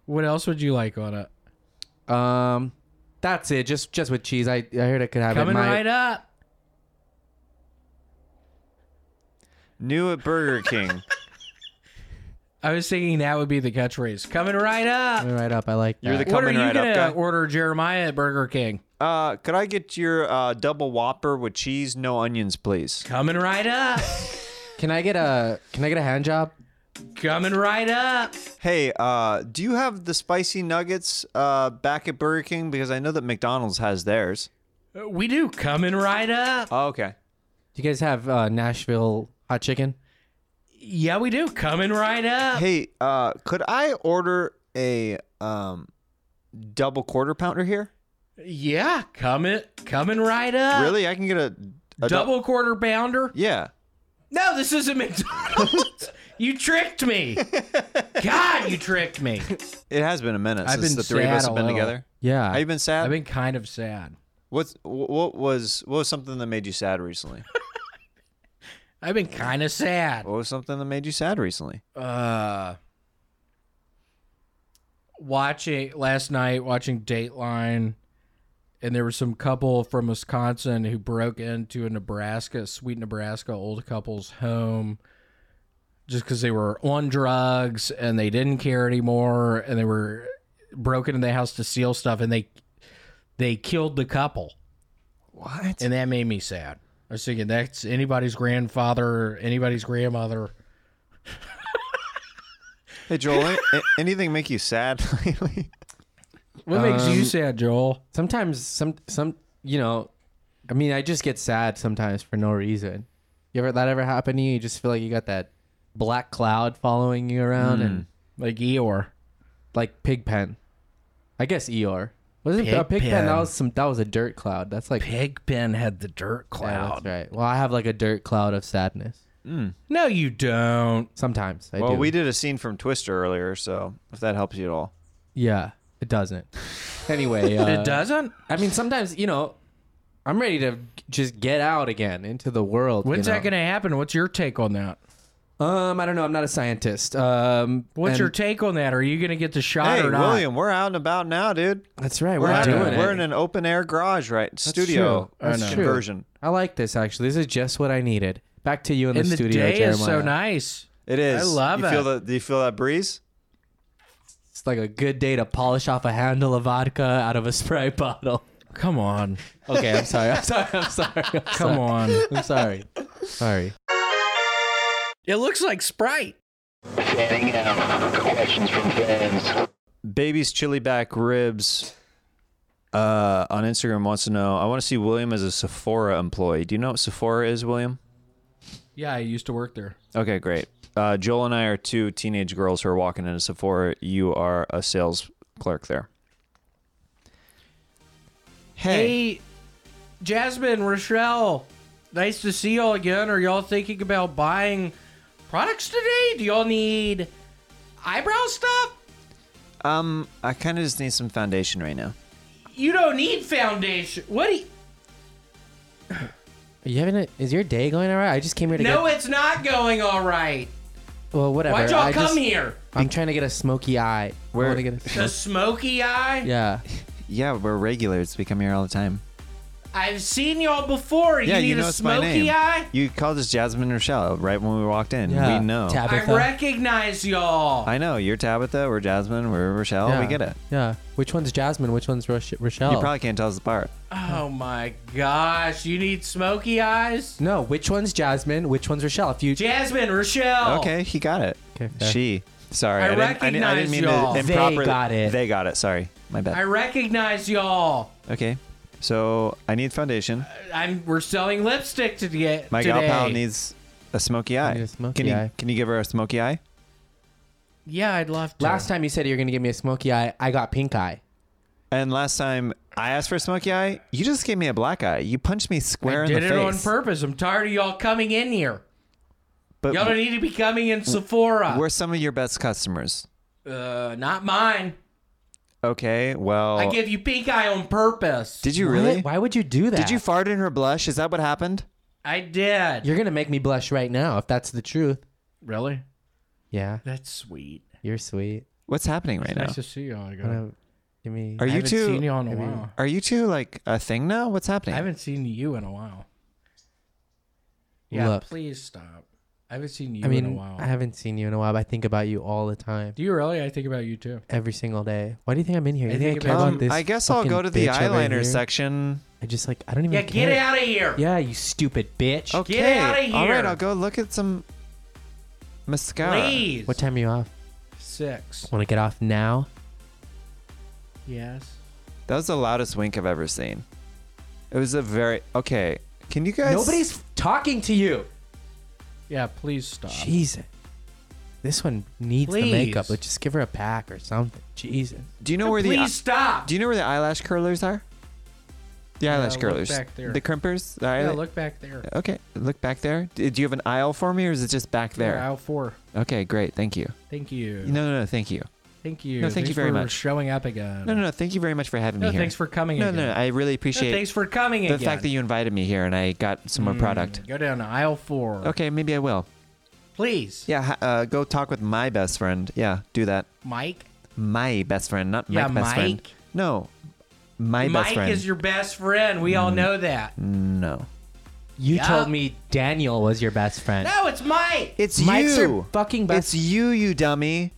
Speaker 1: What else would you like on it?
Speaker 10: Um, that's it. Just just with cheese. I I heard I could have
Speaker 1: Coming
Speaker 10: it. My,
Speaker 1: right up.
Speaker 3: New at Burger King.
Speaker 1: I was thinking that would be the catchphrase. Coming right up.
Speaker 10: coming right up. I like.
Speaker 3: You're
Speaker 10: that.
Speaker 3: the
Speaker 1: what are
Speaker 3: coming
Speaker 1: you
Speaker 3: right
Speaker 1: gonna
Speaker 3: up guy.
Speaker 1: order, Jeremiah at Burger King?
Speaker 3: Uh, could I get your uh, double Whopper with cheese, no onions, please?
Speaker 1: Coming right up.
Speaker 10: Can I get a? Can I get a hand job?
Speaker 1: Coming right up.
Speaker 3: Hey, uh, do you have the spicy nuggets uh, back at Burger King? Because I know that McDonald's has theirs.
Speaker 1: Uh, We do. Coming right up.
Speaker 3: Oh, okay.
Speaker 10: Do you guys have uh, Nashville hot chicken?
Speaker 1: Yeah, we do. Coming right up.
Speaker 3: Hey, uh, could I order a um, double quarter pounder here?
Speaker 1: Yeah, coming coming right up.
Speaker 3: really? I can get a, a dou-
Speaker 1: Uh, Double quarter pounder?
Speaker 3: yeah.
Speaker 1: No, this isn't McDonald's. you tricked me. God, you tricked me.
Speaker 3: It has been a minute
Speaker 1: I've
Speaker 3: since
Speaker 1: been
Speaker 3: the three of
Speaker 1: sad
Speaker 3: us
Speaker 1: a
Speaker 3: have been
Speaker 1: little.
Speaker 3: together.
Speaker 10: Yeah.
Speaker 3: Have you been sad?
Speaker 1: I've been kind of sad.
Speaker 3: What's wh- what was what was something that made you sad recently?
Speaker 1: I've been kind of sad.
Speaker 3: what was something that made you sad recently?
Speaker 1: Uh watching last night watching Dateline and there was some couple from Wisconsin who broke into a Nebraska, sweet Nebraska old couple's home just cuz they were on drugs and they didn't care anymore and they were broken into the house to steal stuff and they they killed the couple.
Speaker 3: What?
Speaker 1: And that made me sad. I was thinking that's anybody's grandfather, anybody's grandmother.
Speaker 3: Hey Joel, an- a- anything make you sad lately?
Speaker 1: What makes you
Speaker 10: Um,
Speaker 1: sad, Joel?
Speaker 10: Sometimes some some you know, I mean, I just get sad sometimes for no reason. You ever that ever happen to you? You just feel like you got that black cloud following you around and
Speaker 1: Mm. Like Eeyore.
Speaker 10: like Pigpen. I guess Eeyore. Was it a Pigpen?
Speaker 1: Pigpen.
Speaker 10: That was some. That was a dirt cloud. That's like
Speaker 1: Pigpen had the dirt
Speaker 10: Yeah,
Speaker 1: cloud.
Speaker 10: that's right. Well, I have like a dirt cloud of sadness.
Speaker 1: No, you don't.
Speaker 10: Sometimes I
Speaker 3: well,
Speaker 10: do.
Speaker 3: we did a scene from Twister earlier, so if that helps you at all.
Speaker 10: yeah, it doesn't. Anyway, uh,
Speaker 1: it doesn't.
Speaker 10: I mean, sometimes you know, I'm ready to just get out again into the world. you
Speaker 1: When's that
Speaker 10: know?
Speaker 1: going to happen? What's your take on that?
Speaker 10: Um, I don't know. I'm not a scientist. Um,
Speaker 1: What's
Speaker 10: and-
Speaker 1: your take on that? Are you going to get the shot
Speaker 3: Hey
Speaker 1: or not?
Speaker 3: William, we're out and about now, dude.
Speaker 10: That's right. We're,
Speaker 3: We're, out-
Speaker 10: doing it.
Speaker 3: we're in an open air garage, right? studio
Speaker 10: true. That's true.
Speaker 3: conversion.
Speaker 10: I like this actually. This is just what I needed. Back to you in
Speaker 1: and
Speaker 10: the,
Speaker 1: the
Speaker 10: studio,
Speaker 1: day
Speaker 10: Jeremiah.
Speaker 1: is so nice.
Speaker 3: It is.
Speaker 1: I love
Speaker 3: you
Speaker 1: it.
Speaker 3: Feel that? do you feel that breeze?
Speaker 10: It's like a good day to polish off a handle of vodka out of a Sprite bottle.
Speaker 1: Come on.
Speaker 10: Okay, I'm sorry. I'm sorry. I'm sorry. I'm
Speaker 1: Come
Speaker 10: sorry.
Speaker 1: on.
Speaker 10: I'm sorry. Sorry.
Speaker 1: It looks like Sprite.
Speaker 3: Baby's chili back ribs. Uh, on Instagram wants to know. I want to see William as a Sephora employee. Do you know what Sephora is, William?
Speaker 1: Yeah, I used to work there.
Speaker 3: Okay, great. Uh, Joel and I are two teenage girls who are walking into Sephora. You are a sales clerk there.
Speaker 1: Hey, Jasmine, Rochelle, nice to see y'all again. Are y'all thinking about buying products today? Do y'all need eyebrow stuff?
Speaker 3: Um, I kind of just need some foundation right now.
Speaker 1: You don't need foundation. What do you.
Speaker 10: Are you having a, is your day going all right? I just came here to
Speaker 1: No,
Speaker 10: get.
Speaker 1: it's not going all right.
Speaker 10: Well, whatever.
Speaker 1: Why'd y'all
Speaker 10: I
Speaker 1: come
Speaker 10: just-
Speaker 1: here?
Speaker 10: I'm trying to get a smoky eye.
Speaker 3: Where-
Speaker 10: I wanna get a
Speaker 1: The smoky eye?
Speaker 10: Yeah.
Speaker 3: Yeah, we're regulars. We come here all the time.
Speaker 1: I've seen y'all before.
Speaker 3: yeah,
Speaker 1: you need
Speaker 3: you know
Speaker 1: a
Speaker 3: it's my
Speaker 1: smoky
Speaker 3: name.
Speaker 1: eye?
Speaker 3: You called us Jasmine Rochelle right when we walked in.
Speaker 10: Yeah.
Speaker 3: We know.
Speaker 10: Tabitha.
Speaker 1: I recognize y'all.
Speaker 3: I know. You're Tabitha. We're Jasmine. We're Rochelle.
Speaker 10: yeah.
Speaker 3: We get it.
Speaker 10: Yeah. Which one's Jasmine? Which one's Roche- Rochelle?
Speaker 3: You probably can't tell us apart.
Speaker 1: oh my gosh. You need smoky eyes?
Speaker 10: no. Which one's Jasmine? Which one's Rochelle? If you
Speaker 1: Jasmine, Rochelle.
Speaker 3: Okay, he got it.
Speaker 10: Okay, fair.
Speaker 3: She. Sorry,
Speaker 1: Oh. I
Speaker 3: I, didn't, I, didn't- I
Speaker 1: recognize
Speaker 3: didn't mean
Speaker 1: y'all.
Speaker 3: to
Speaker 10: They
Speaker 3: improperly.
Speaker 10: got it.
Speaker 3: They got it. Sorry, my
Speaker 1: I
Speaker 3: bad.
Speaker 1: recognize y'all.
Speaker 3: Okay, So I need foundation.
Speaker 1: I'm we're selling lipstick to get
Speaker 3: My
Speaker 1: today.
Speaker 3: gal pal needs a smoky eye. can you
Speaker 10: eye.
Speaker 3: can you give her a smoky eye?
Speaker 1: Yeah, I'd love to.
Speaker 10: Last time you said you were gonna give me a smoky eye, I got pink eye.
Speaker 3: And last time I asked for a smoky eye, you just gave me a black eye. You punched me square in
Speaker 1: did
Speaker 3: the
Speaker 1: it
Speaker 3: face.
Speaker 1: on purpose. I'm tired of y'all coming in here.
Speaker 3: But
Speaker 1: y'all don't need to be coming in Sephora.
Speaker 3: we're some of your best customers.
Speaker 1: uh, not mine.
Speaker 3: Okay, well.
Speaker 1: I give you pink eye on purpose.
Speaker 3: Oh. did you really?
Speaker 10: Why would you do that?
Speaker 3: Did you fart in her blush? Is that what happened?
Speaker 1: I did.
Speaker 10: You're gonna make me blush right now if that's the truth.
Speaker 1: really?
Speaker 10: Yeah,
Speaker 1: That's sweet.
Speaker 10: you're sweet.
Speaker 3: What's happening right now?
Speaker 1: Nice to see you. all
Speaker 10: I
Speaker 1: again.
Speaker 10: don't- Give me.
Speaker 3: Are
Speaker 1: I
Speaker 3: you
Speaker 1: haven't
Speaker 3: two-
Speaker 1: seen you in a
Speaker 10: I mean-
Speaker 1: while.
Speaker 3: Are you two like a thing now? What's
Speaker 1: I
Speaker 3: happening?
Speaker 1: haven't seen you in a while. Yeah,
Speaker 10: Look.
Speaker 1: please stop. I haven't seen you
Speaker 10: I
Speaker 1: in a
Speaker 10: mean,
Speaker 1: while.
Speaker 10: I haven't seen you in a while. But I think about you all the time,
Speaker 1: Do you really? I think about you too.
Speaker 10: every single day. Why do you think I'm in here? You
Speaker 1: I
Speaker 10: think,
Speaker 1: think
Speaker 10: I care
Speaker 1: about-
Speaker 10: about,
Speaker 3: Um,
Speaker 10: this?
Speaker 3: I guess I'll
Speaker 10: fucking
Speaker 3: go to the
Speaker 10: bitch over
Speaker 3: eyeliner
Speaker 10: here?
Speaker 3: section.
Speaker 10: I just like I don't even.
Speaker 1: Yeah, get
Speaker 10: care.
Speaker 1: out of here.
Speaker 10: Yeah, you stupid bitch.
Speaker 3: Okay.
Speaker 1: outta
Speaker 3: All right,
Speaker 1: here.
Speaker 3: I'll go look at some mascara.
Speaker 1: Please.
Speaker 10: What time are you off?
Speaker 1: Six.
Speaker 10: Want to get off now?
Speaker 1: Yes.
Speaker 3: That was the loudest wink I've ever seen. It was a very okay. Can you guys?
Speaker 10: Nobody's f- talking to you.
Speaker 1: Yeah, please stop.
Speaker 10: Jesus. This one needs the makeup.
Speaker 1: Please.
Speaker 10: Let's just give her a pack or something. Jesus.
Speaker 3: Do you know where
Speaker 1: please
Speaker 3: the
Speaker 1: stop.
Speaker 3: Do you know where the eyelash curlers are? The eyelash
Speaker 1: look
Speaker 3: curlers,
Speaker 1: back there.
Speaker 3: the crimpers. The
Speaker 1: yeah,
Speaker 3: eyelash-
Speaker 1: look back there.
Speaker 3: Okay, look back there. D- Do you have an aisle for me, or is it just back there?
Speaker 1: aisle four.
Speaker 3: Okay, great. Thank you.
Speaker 1: Thank you.
Speaker 3: No, no, no. Thank you.
Speaker 1: thank you.
Speaker 3: no, thank you
Speaker 1: Thanks
Speaker 3: very
Speaker 1: for
Speaker 3: much.
Speaker 1: Showing up again.
Speaker 3: No, no, no. Thank you very much for having
Speaker 1: No,
Speaker 3: me here.
Speaker 1: thanks for coming
Speaker 3: No,
Speaker 1: again.
Speaker 3: no, no. I really
Speaker 1: No,
Speaker 3: appreciate
Speaker 1: thanks for Mm. coming
Speaker 3: the
Speaker 1: again.
Speaker 3: fact that you invited me here, and I got some more product.
Speaker 1: Go down to aisle four.
Speaker 3: Okay, maybe I will.
Speaker 1: Please.
Speaker 3: Yeah, ha- uh, go talk with my best friend. Yeah, do that.
Speaker 1: Mike.
Speaker 3: My best friend, not
Speaker 1: Yeah,
Speaker 3: my best friend.
Speaker 1: Mike.
Speaker 3: No, my best
Speaker 1: Mike
Speaker 3: friend. Mm-hmm.
Speaker 1: is your best friend. We all know that.
Speaker 3: no.
Speaker 10: You
Speaker 1: Yeah.
Speaker 10: told me Daniel was your best friend.
Speaker 1: No, it's Mike.
Speaker 3: It's
Speaker 10: Mike's your
Speaker 3: you.
Speaker 10: fucking best-
Speaker 3: It's you, you dummy.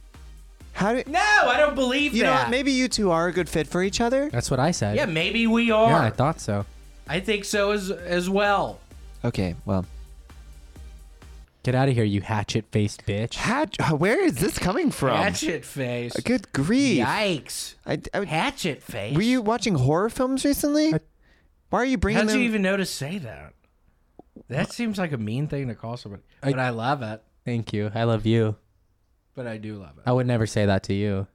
Speaker 3: How do
Speaker 1: no, I don't believe
Speaker 3: you know?
Speaker 1: that.
Speaker 3: what? Maybe you two are a good fit for each other.
Speaker 10: That's what I said.
Speaker 1: yeah, maybe we
Speaker 10: Yeah,
Speaker 1: are.
Speaker 10: I thought so.
Speaker 1: I think so as as well.
Speaker 3: Okay, well,
Speaker 10: Get out of here, you hatchet faced bitch.
Speaker 3: how, where is this coming from?
Speaker 1: Hatchet face.
Speaker 3: Good grief!
Speaker 1: Yikes.
Speaker 3: I, I,
Speaker 1: Hatchet face.
Speaker 3: were you watching horror films recently?
Speaker 10: I-
Speaker 3: Why are you bringing
Speaker 1: How'd
Speaker 3: them?
Speaker 1: you even know to say that? That seems like a mean thing to call somebody. But I love it.
Speaker 10: Thank you. I love you.
Speaker 1: But I do love it.
Speaker 10: I would never say that to you.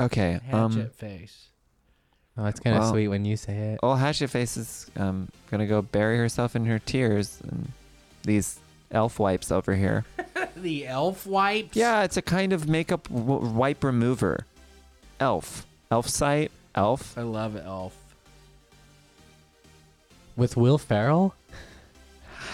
Speaker 3: okay,
Speaker 1: Hatchet
Speaker 3: um,
Speaker 1: face.
Speaker 10: Oh, it's kind of
Speaker 3: Well-
Speaker 10: sweet when you say it.
Speaker 3: old Hatchet Face is um gonna go bury herself in her tears and these elf wipes over here.
Speaker 1: The elf wipes.
Speaker 3: Yeah, it's a kind of makeup w- wipe remover. Elf, elf sight, elf.
Speaker 1: I love elf.
Speaker 10: With Will Ferrell?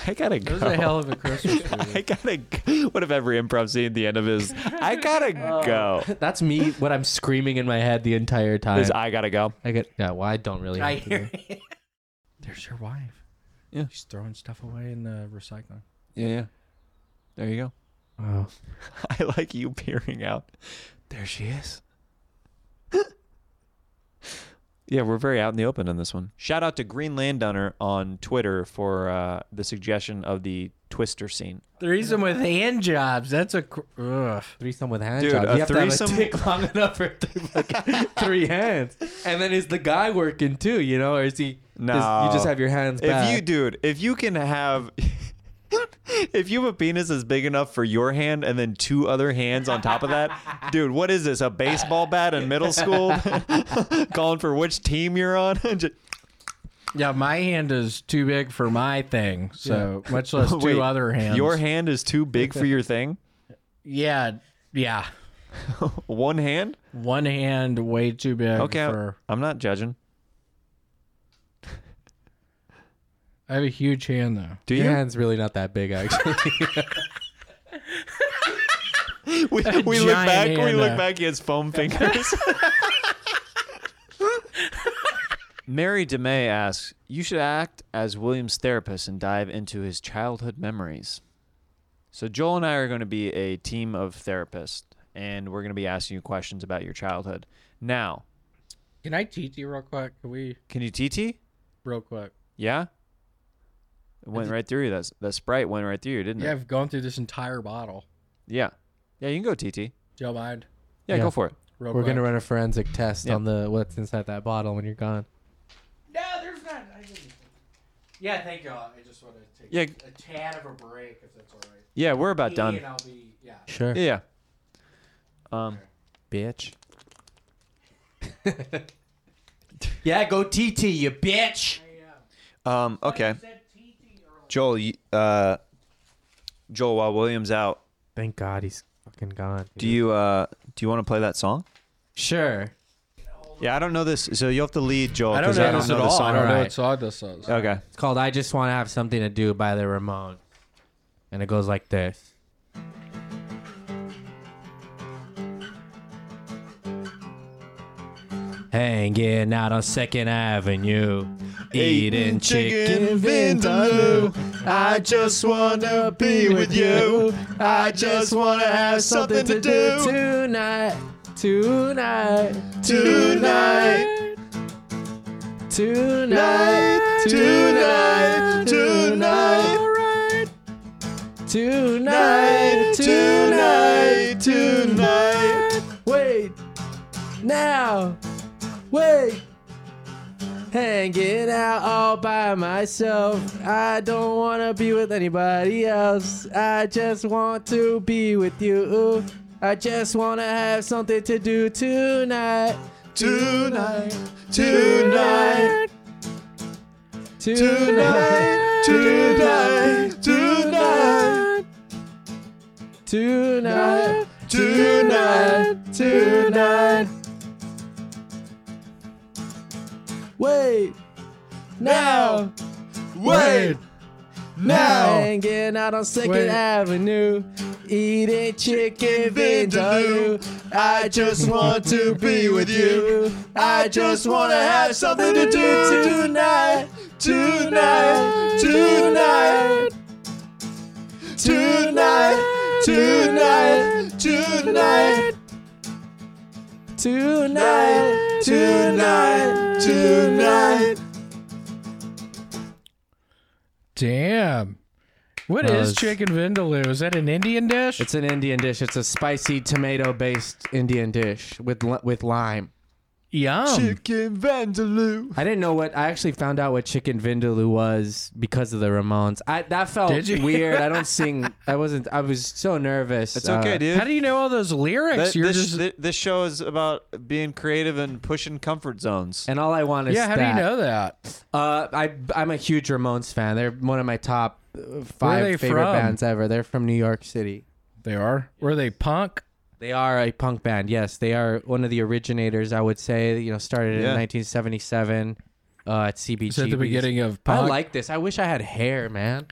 Speaker 3: I gotta
Speaker 1: It
Speaker 3: go.
Speaker 1: was a hell of a Christmas
Speaker 3: I
Speaker 1: movie.
Speaker 3: gotta. g- What if every improv scene at the end of his? I gotta go.
Speaker 10: That's me, what I'm screaming in my head the entire time.
Speaker 3: Is I gotta go.
Speaker 10: I get, yeah, well, I don't really.
Speaker 1: I
Speaker 10: have to do-
Speaker 1: hear it. There's your wife.
Speaker 3: Yeah.
Speaker 1: She's throwing stuff away in the recycling.
Speaker 3: Yeah, yeah. There you go.
Speaker 10: Oh.
Speaker 3: I like you peering out. There she is. yeah, we're very out in the open on this one. Shout out to Green Landowner on Twitter for uh, the suggestion of the Twister scene.
Speaker 1: Threesome with hand jobs. That's a. cr- Ugh.
Speaker 10: Threesome with hand
Speaker 3: Dude,
Speaker 10: jobs.
Speaker 3: a
Speaker 10: you have to
Speaker 3: threesome-
Speaker 10: have a dick long enough for three, fucking- three hands. And then is the guy working too? You know, or is he?
Speaker 3: No.
Speaker 10: is- you just have your hands back.
Speaker 3: If you, dude, if you can have. If you have a penis that's big enough for your hand and then two other hands on top of that, dude, what is this? A baseball bat in middle school? Calling for which team you're on? Just-
Speaker 1: Yeah, my hand is too big for my thing. So much less two
Speaker 3: Wait,
Speaker 1: other hands.
Speaker 3: Your hand is too big for your thing?
Speaker 1: Yeah. Yeah.
Speaker 3: One hand?
Speaker 1: One hand way too big.
Speaker 3: Okay,
Speaker 1: For,
Speaker 3: I'm not judging.
Speaker 1: I have a huge hand though.
Speaker 3: Do
Speaker 10: your
Speaker 3: you?
Speaker 10: hand's really not that big, actually.
Speaker 3: We, we look
Speaker 1: giant
Speaker 3: back. We
Speaker 1: hand,
Speaker 3: look
Speaker 1: uh,
Speaker 3: back. He has foam fingers. Mary DeMay asks, "You should act as William's therapist and dive into his childhood memories." So Joel and I are going to be a team of therapists, and we're going to be asking you questions about your childhood. Now,
Speaker 1: Can I teach you real quick? Can we
Speaker 3: can you TT?
Speaker 1: real quick?
Speaker 3: Yeah. It went right through you. That that sprite went right through you, didn't
Speaker 1: Yeah,
Speaker 3: it?
Speaker 1: I've gone through this entire bottle.
Speaker 3: Yeah. Yeah, you can go TT.
Speaker 1: Do you mind?
Speaker 3: Yeah,
Speaker 10: Yeah.
Speaker 3: go for it.
Speaker 1: Real
Speaker 10: We're
Speaker 1: quick.
Speaker 10: gonna run a forensic test
Speaker 3: Yeah.
Speaker 10: on the what's inside that bottle when you're gone.
Speaker 1: No, there's not
Speaker 11: Yeah, thank y'all. I just want to take
Speaker 3: Yeah.
Speaker 11: a tad of a break if that's all right.
Speaker 3: Yeah, we're about
Speaker 11: Me
Speaker 3: done.
Speaker 11: and I'll be- yeah.
Speaker 10: Sure.
Speaker 3: Yeah. Um,
Speaker 10: bitch.
Speaker 3: Yeah, go TT, you bitch. Um, okay. Joel, you- uh, Joel, while William's out,
Speaker 10: Thank God he's fucking gone.
Speaker 3: do you uh, do you want to play that song?
Speaker 10: Sure.
Speaker 3: Yeah, I don't know this, so you have to lead Joel
Speaker 11: I don't
Speaker 3: because
Speaker 11: know
Speaker 3: I don't
Speaker 11: this
Speaker 3: know
Speaker 11: at
Speaker 3: the
Speaker 11: all.
Speaker 3: song.
Speaker 11: I don't know
Speaker 10: Alright.
Speaker 11: what song this is.
Speaker 3: Okay.
Speaker 10: It's called I Just Want to Have Something to Do by the Ramones. And it goes like this. Hanging out on Second Avenue, eating chicken vindaloo. I just wanna be with you. I just wanna have something to do tonight, tonight, tonight, tonight, tonight, tonight, tonight, tonight, tonight. Wait, now, wait. Hanging out all by myself. I don't wanna be with anybody else. I just want to be with you. I just wanna have something to do tonight. Tonight. Tonight. Tonight. Tonight. Tonight. Tonight. Tonight. Tonight. Tonight. Wait. Now. Wait. Now. Hanging out on Second Avenue. Eating chicken vindaloo. I just want to be with you. I just want to have something to do tonight. Tonight. Tonight. Tonight. Tonight. Tonight. Tonight. Tonight. Tonight.
Speaker 11: Damn. What
Speaker 10: That
Speaker 11: is
Speaker 10: was-
Speaker 11: chicken vindaloo? Is that an Indian dish?
Speaker 10: It's an Indian dish. It's a spicy tomato-based Indian dish with li- with lime.
Speaker 11: Yum.
Speaker 3: Chicken Vandaloo.
Speaker 10: I didn't know what I actually found out what chicken vindaloo was because of the Ramones. I that felt
Speaker 11: Did you?
Speaker 10: weird. I don't sing. I wasn't. I was so nervous.
Speaker 3: It's okay,
Speaker 10: Uh,
Speaker 3: dude.
Speaker 11: How do you know all those lyrics?
Speaker 3: Th-
Speaker 11: You're
Speaker 3: this,
Speaker 11: just
Speaker 3: thi- this show is about being creative and pushing comfort zones.
Speaker 10: And all I want is
Speaker 11: yeah. How do you
Speaker 10: that.
Speaker 11: know that?
Speaker 10: Uh, I I'm a huge Ramones fan. They're one of my top uh,
Speaker 11: they
Speaker 10: five favorite
Speaker 11: from?
Speaker 10: bands ever. They're from New York City.
Speaker 11: They are. Were they punk?
Speaker 10: They are a punk band. Yes, they are one of the originators. I would say you know started
Speaker 3: Yeah.
Speaker 10: in 1977 uh, at CBGB.
Speaker 11: Is that the beginning of
Speaker 10: I
Speaker 11: punk?
Speaker 10: like this. I wish I had hair, man.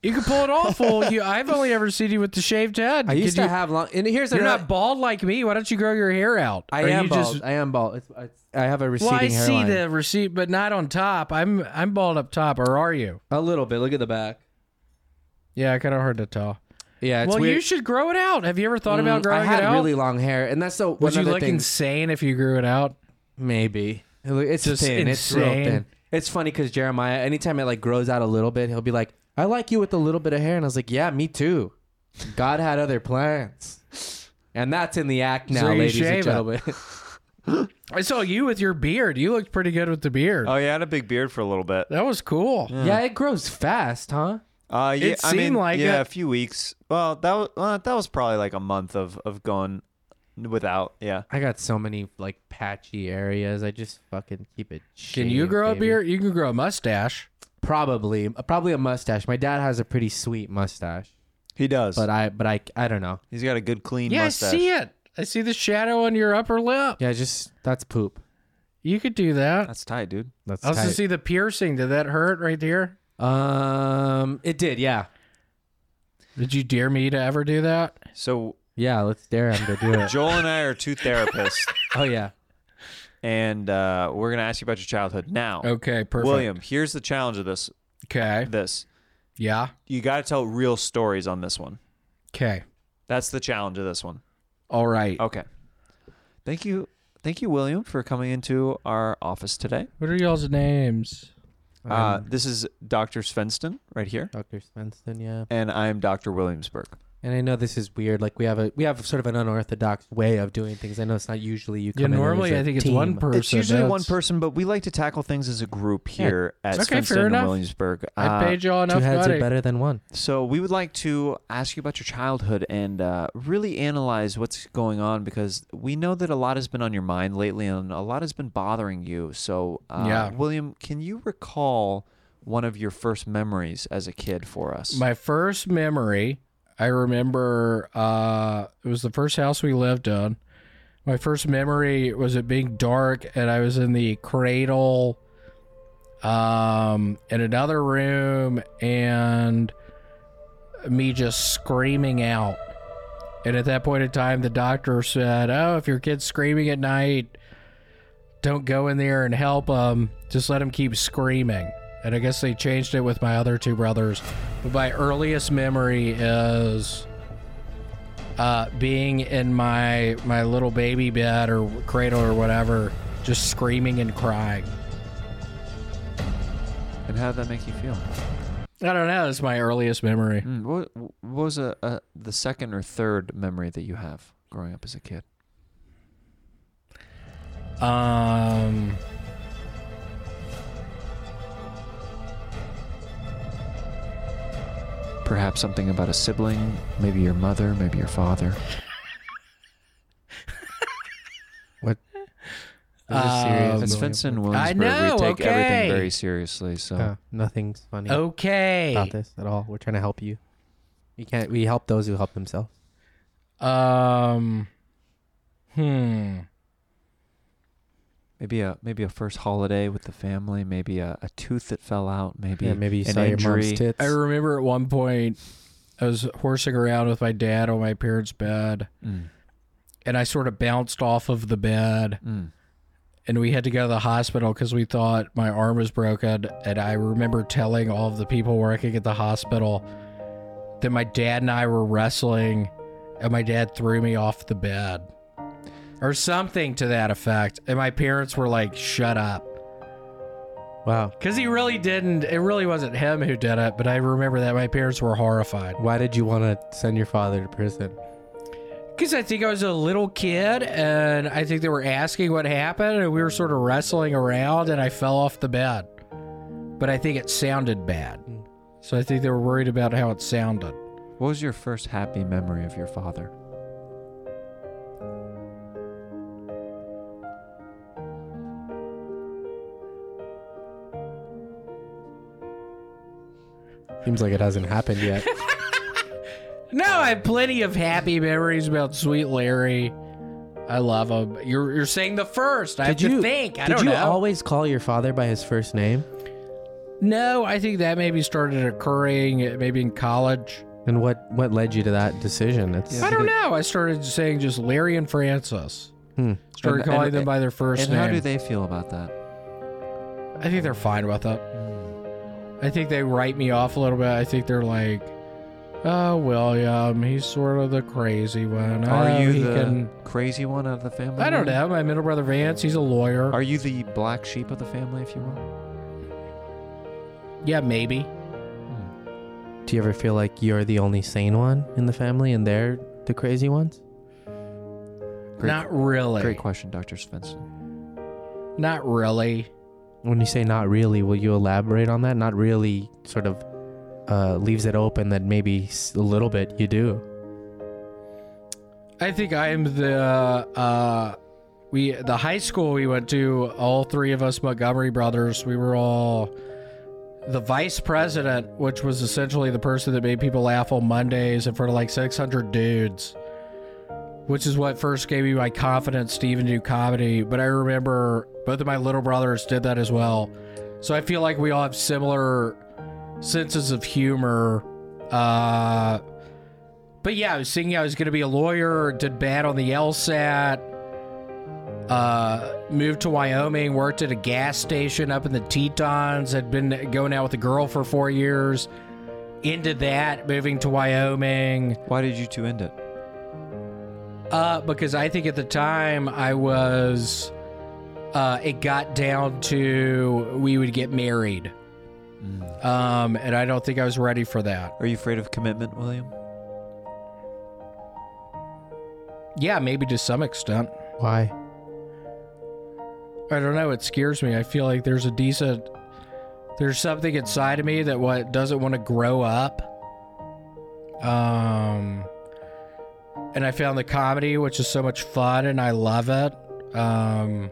Speaker 11: you can pull it off. fool. You, I've only ever seen you with the shaved head.
Speaker 10: I used
Speaker 11: Could
Speaker 10: to
Speaker 11: you-
Speaker 10: have long. And here's
Speaker 11: You're
Speaker 10: another.
Speaker 11: not bald like me. Why don't you grow your hair out?
Speaker 10: I
Speaker 11: Or
Speaker 10: am
Speaker 11: you
Speaker 10: bald.
Speaker 11: just-
Speaker 10: I am bald. It's, it's, I have a
Speaker 11: well,
Speaker 10: receding
Speaker 11: I
Speaker 10: hairline.
Speaker 11: see the receipt, but not on top. I'm I'm bald up top. Or are you?
Speaker 10: A little bit. Look at the back.
Speaker 11: Yeah, kind of hard to tell.
Speaker 10: Yeah, it's
Speaker 11: well,
Speaker 10: weird.
Speaker 11: you should grow it out. Have you ever thought about
Speaker 10: Mm,
Speaker 11: growing
Speaker 10: I had
Speaker 11: it out?
Speaker 10: really long hair, and that's the
Speaker 11: Would
Speaker 10: one
Speaker 11: you
Speaker 10: other
Speaker 11: look
Speaker 10: thing.
Speaker 11: insane if you grew it out?
Speaker 10: Maybe It look- it's
Speaker 11: Just
Speaker 10: thin. It's real
Speaker 11: insane.
Speaker 10: thin. It's funny because Jeremiah, anytime it like grows out a little bit, he'll be like, "I like you with a little bit of hair," and I was like, "Yeah, me too." God had other plans, and that's in the act now,
Speaker 11: So you
Speaker 10: ladies
Speaker 11: shave
Speaker 10: and
Speaker 11: it.
Speaker 10: gentlemen.
Speaker 11: I saw you with your beard. You looked pretty good with the beard.
Speaker 10: Uh,
Speaker 3: Oh yeah, I had a big beard for a little bit.
Speaker 11: that was cool.
Speaker 10: yeah, it grows fast, huh?
Speaker 3: Uh, yeah,
Speaker 11: It
Speaker 3: I mean,
Speaker 11: seemed like
Speaker 3: yeah,
Speaker 11: it.
Speaker 3: a few weeks. Well, that was uh, that was probably like a month of of going without. Yeah,
Speaker 10: I got so many like patchy areas. I just fucking keep it.
Speaker 11: Can
Speaker 10: shaved,
Speaker 11: you grow a
Speaker 10: baby.
Speaker 11: beard? You can grow a mustache.
Speaker 10: Probably, Uh, probably a mustache. My dad has a pretty sweet mustache,
Speaker 3: he does.
Speaker 10: but I, but I, I don't know.
Speaker 3: He's got a good clean
Speaker 11: uh, Yeah,
Speaker 3: mustache.
Speaker 11: I see it. I see the shadow on your upper lip.
Speaker 10: Yeah, just that's poop.
Speaker 11: You could do that.
Speaker 3: That's tight, dude.
Speaker 10: That's
Speaker 11: I also
Speaker 10: tight.
Speaker 11: see the piercing. Did that hurt right there?
Speaker 10: Um, it did. Yeah,
Speaker 11: Did you dare me to ever do that?
Speaker 3: So
Speaker 10: yeah. Let's dare him to do it.
Speaker 3: Joel and I are two therapists,
Speaker 10: oh yeah.
Speaker 3: and uh, we're gonna ask you about your childhood now.
Speaker 11: Okay, perfect.
Speaker 3: William, here's the challenge of this.
Speaker 11: Okay.
Speaker 3: This
Speaker 11: Yeah.
Speaker 3: you got to tell real stories on this one.
Speaker 11: Okay.
Speaker 3: That's the challenge of this one.
Speaker 11: All right.
Speaker 3: Okay. Thank you, thank you, William, for coming into our office today.
Speaker 11: What are y'all's names?
Speaker 3: Um, Uh, this is Doctor Svenston right here,
Speaker 10: Doctor Svensson. Yeah.
Speaker 3: and I'm Doctor Williamsburg.
Speaker 10: And I know this is weird. Like we have a we have sort of an unorthodox way of doing things. I know it's not usually you.
Speaker 11: Yeah,
Speaker 10: Come in
Speaker 11: normally
Speaker 10: as a
Speaker 11: I think it's
Speaker 10: team.
Speaker 11: one person.
Speaker 3: It's usually
Speaker 11: That's-
Speaker 3: one person, but we like to tackle things as a group
Speaker 10: Yeah.
Speaker 3: here at
Speaker 11: Okay, fair
Speaker 3: Spencer and
Speaker 11: enough.
Speaker 3: Williamsburg.
Speaker 11: I
Speaker 3: Uh,
Speaker 11: paid y'all
Speaker 10: Two
Speaker 11: enough
Speaker 10: heads
Speaker 11: money.
Speaker 10: are better than one.
Speaker 3: So we would like to ask you about your childhood and uh, really analyze what's going on because we know that a lot has been on your mind lately and a lot has been bothering you. So uh,
Speaker 11: Yeah.
Speaker 3: William, can you recall one of your first memories as a kid for us?
Speaker 11: My first memory, I remember uh, it was the first house we lived on. My first memory was it being dark, and I was in the cradle, um, in another room, and me just screaming out. And at that point in time, the doctor said, "Oh, if your kid's screaming at night, don't go in there and help them. Just let them keep screaming." And I guess they changed it with my other two brothers. But my earliest memory is uh, being in my my little baby bed or cradle or whatever, just screaming and crying.
Speaker 3: and how did that make you feel?
Speaker 11: I don't know. That's my earliest memory.
Speaker 3: Mm, what, what was a, a, the second or third memory that you have growing up as a kid?
Speaker 11: Um.
Speaker 3: Perhaps something about a sibling, maybe your mother, maybe your father.
Speaker 10: What? This is serious,
Speaker 11: um,
Speaker 3: It's
Speaker 10: William.
Speaker 3: Vincent and
Speaker 11: I
Speaker 3: Williamsburg.
Speaker 11: know,
Speaker 3: we take
Speaker 11: okay.
Speaker 3: everything very seriously. So
Speaker 10: Uh, nothing's funny about
Speaker 11: Okay.
Speaker 10: this at all. We're trying to help you. We can't. We help those who help themselves.
Speaker 11: Um. Hmm.
Speaker 3: maybe a maybe a first holiday with the family, maybe a, a tooth that fell out, maybe
Speaker 10: Yeah, maybe you
Speaker 3: an
Speaker 10: saw your
Speaker 3: injury.
Speaker 10: mom's tits.
Speaker 11: I remember at one point I was horsing around with my dad on my parents' bed,
Speaker 3: Mm,
Speaker 11: and I sort of bounced off of the bed.
Speaker 3: mm.
Speaker 11: and we had to go to the hospital because we thought my arm was broken. And I remember telling all of the people working at the hospital that my dad and I were wrestling, and my dad threw me off the bed or something to that effect. And my parents were like, shut up.
Speaker 10: wow.
Speaker 11: Because he really didn't. It really wasn't him who did it, but I remember that my parents were horrified.
Speaker 10: Why did you want to send your father to prison?
Speaker 11: Because I think I was a little kid, and I think they were asking what happened, and we were sort of wrestling around, and I fell off the bed. But I think it sounded bad. So I think they were worried about how it sounded.
Speaker 3: What was your first happy memory of your father?
Speaker 10: Seems like it hasn't happened yet.
Speaker 11: No, I have plenty of happy memories about Sweet Larry. I love him. You're, you're saying the first. I have to think. I
Speaker 10: did
Speaker 11: don't
Speaker 10: you
Speaker 11: know.
Speaker 10: always call your father by his first name?
Speaker 11: no, I think that maybe started occurring maybe in college.
Speaker 10: And what what led you to that decision? It's
Speaker 11: I don't know. I started saying just Larry and Francis.
Speaker 10: Hmm.
Speaker 11: Started
Speaker 3: And-
Speaker 11: calling
Speaker 3: and-
Speaker 11: them by their first
Speaker 3: and
Speaker 11: name.
Speaker 3: how do they feel about that?
Speaker 11: I think they're fine with it. I think they write me off a little bit. I think they're like, "Oh, William, he's sort of the crazy one." Oh,
Speaker 3: Are you
Speaker 11: he
Speaker 3: the
Speaker 11: can-
Speaker 3: crazy one out of the family?
Speaker 11: I don't
Speaker 3: William?
Speaker 11: know. My middle brother Vance, he's a lawyer.
Speaker 3: Are you the black sheep of the family, if you will?
Speaker 11: yeah, maybe.
Speaker 10: Do you ever feel like you're the only sane one in the family and they're the crazy ones?
Speaker 3: Great,
Speaker 11: Not really.
Speaker 3: Great question, Doctor Svensson.
Speaker 11: Not really.
Speaker 10: When you say not really, will you elaborate on that? Not really sort of uh, leaves it open that maybe s- a little bit you do.
Speaker 11: I think I am the uh, we the high school we went to. All three of us Montgomery brothers. We were all the vice president, which was essentially the person that made people laugh on Mondays in front of like 600 dudes. Which is what first gave me my confidence to even do comedy. But I remember both of my little brothers did that as well. So I feel like we all have similar senses of humor. Uh, but yeah, I was thinking I was going to be a lawyer, did bad on the LSAT, uh, moved to Wyoming, worked at a gas station up in the Tetons, had been going out with a girl for four years, into that, moving to Wyoming.
Speaker 3: Why did you two end it?
Speaker 11: Uh, because I think at the time I was, uh, it got down to we would get married. Um, and I don't think I was ready for that.
Speaker 3: Are you afraid of commitment, William?
Speaker 11: Yeah, maybe to some extent.
Speaker 10: Why?
Speaker 11: I don't know. It scares me. I feel like there's a decent, there's something inside of me that what doesn't want to grow up. Um, and I found the comedy, which is so much fun, and I love it. Um,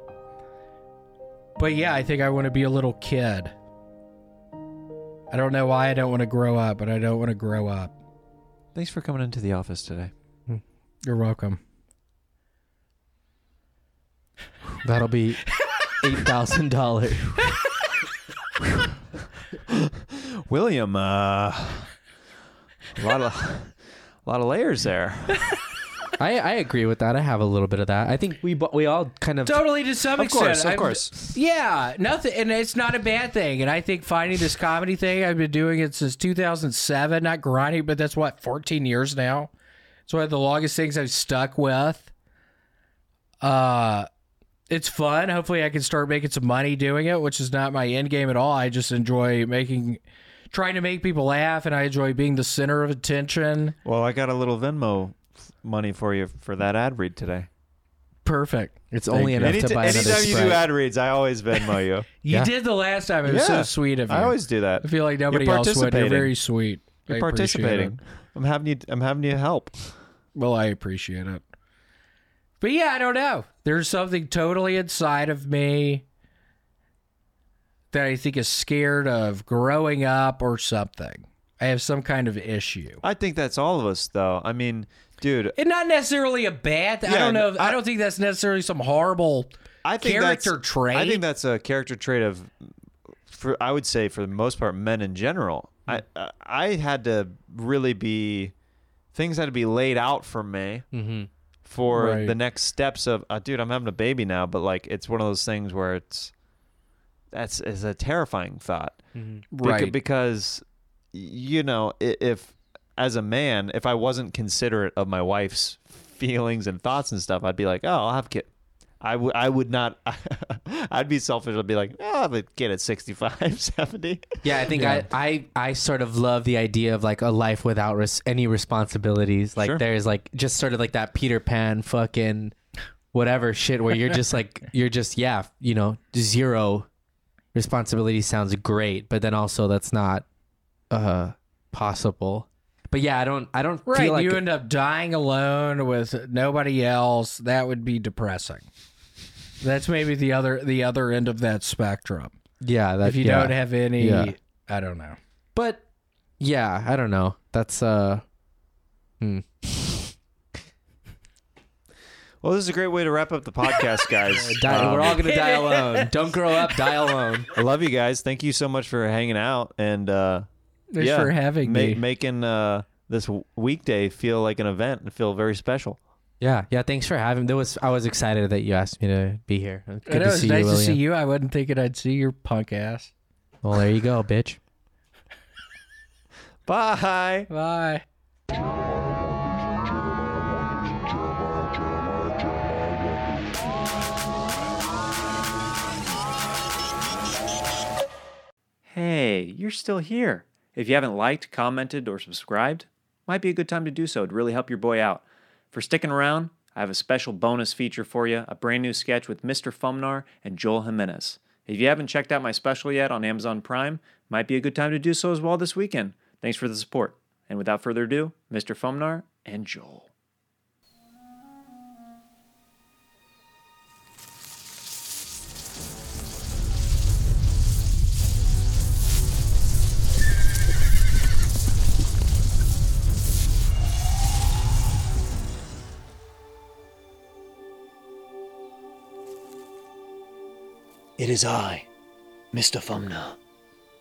Speaker 11: but yeah, I think I want to be a little kid. I don't know why I don't want to grow up, but I don't want to grow up.
Speaker 3: Thanks for coming into the office today.
Speaker 11: You're welcome.
Speaker 10: That'll be eight thousand dollars.
Speaker 3: William, uh, a lot of a lot of layers there.
Speaker 10: I, I agree with that. I have a little bit of that. I think we bo- we all kind of
Speaker 11: Totally to some
Speaker 3: Of
Speaker 11: extent.
Speaker 3: course, of
Speaker 11: I've-
Speaker 3: course.
Speaker 11: Yeah, nothing, and it's not a bad thing. And I think finding this comedy thing, I've been doing it since 2007. Not grinding, but that's what 14 years now. It's one of the longest things I've stuck with. Uh, it's fun. Hopefully, I can start making some money doing it, which is not my end game at all. I just enjoy making, trying to make people laugh, and I enjoy being the center of attention.
Speaker 3: Well, I got a little Venmo money for you for that ad read today.
Speaker 11: Perfect.
Speaker 10: it's only enough
Speaker 3: Any
Speaker 10: to
Speaker 3: t-
Speaker 10: buy another
Speaker 3: anytime you do
Speaker 10: Sprite.
Speaker 3: ad reads, I always Venmo you.
Speaker 11: You
Speaker 10: Yeah.
Speaker 11: did the last time. It was so sweet of you.
Speaker 3: I always do that.
Speaker 11: I feel like nobody
Speaker 3: You're
Speaker 11: else would. You're
Speaker 3: participating.
Speaker 11: very sweet. I
Speaker 3: You're
Speaker 11: appreciate it.
Speaker 3: participating. I'm having you. I'm having you help.
Speaker 11: Well, I appreciate it. But yeah, I don't know. There's something totally inside of me that I think is scared of growing up or something. I have some kind of issue.
Speaker 3: I think that's all of us, though. I mean, dude,
Speaker 11: And not necessarily a bad thing. I
Speaker 3: Yeah,
Speaker 11: don't know. If, I,
Speaker 3: I-
Speaker 11: don't think that's necessarily some horrible.
Speaker 3: I think
Speaker 11: Character
Speaker 3: that's,
Speaker 11: trait?
Speaker 3: I think that's a character trait of, for I would say for the most part, men in general.
Speaker 11: Mm.
Speaker 3: I I- I had to really be, things had to be laid out for me
Speaker 11: Mm-hmm.
Speaker 3: for
Speaker 11: Right.
Speaker 3: the next steps of, uh, dude, I'm having a baby now, but like it's one of those things where it's, that's is a terrifying thought. Beca-
Speaker 11: Right.
Speaker 3: because you know i- if as a man if i wasn't considerate of my wife's feelings and thoughts and stuff i'd be like oh i'll have a kid I would I would not I'd be selfish I'd be like oh, I'll have a kid at 65 70
Speaker 10: Yeah, I think I, I I sort of love the idea of like a life without res- any responsibilities. Like
Speaker 3: Sure.
Speaker 10: there's like just sort of like that Peter Pan fucking whatever shit where you're just like you're just yeah, you know, zero responsibility sounds great, but then also that's not uh possible. But yeah, I don't I don't
Speaker 11: Right.
Speaker 10: feel like
Speaker 11: you end up dying alone with nobody else. That would be depressing. That's maybe the other the other end of that spectrum.
Speaker 10: yeah, that,
Speaker 11: If you
Speaker 10: yeah.
Speaker 11: don't have any,
Speaker 10: Yeah.
Speaker 11: I don't know.
Speaker 10: But yeah, I don't know. That's uh
Speaker 3: Well this is a great way to wrap up the podcast guys
Speaker 10: die,
Speaker 3: Um,
Speaker 10: we're all going to die alone. Don't grow up, die alone.
Speaker 3: I love you guys thank you so much for hanging out and uh
Speaker 11: Thanks
Speaker 3: yeah,
Speaker 11: for having
Speaker 3: ma-
Speaker 11: me.
Speaker 3: making uh this w- weekday feel like an event and feel very special
Speaker 10: Yeah, yeah. Thanks for having. There was I was excited that you asked me to be here. Good
Speaker 11: I know,
Speaker 10: to
Speaker 11: it's
Speaker 10: see you,
Speaker 11: nice to
Speaker 10: William.
Speaker 11: see you. I wasn't thinking I'd see your punk ass.
Speaker 10: Well, there you go, bitch.
Speaker 3: bye
Speaker 11: Bye.
Speaker 12: Jeremiah, Jeremiah, Jeremiah Walker.
Speaker 3: Hey, you're still here. If you haven't liked, commented, or subscribed, might be a good time to do so. It'd really help your boy out. For sticking around, I have a special bonus feature for you a brand new sketch with Mr. Fumnar and Joel Jimenez. If you haven't checked out my special yet on Amazon Prime, might be a good time to do so as well this weekend. Thanks for the support. And without further ado, Mr. Fumnar and Joel.
Speaker 2: It is I, Mr. Fomna,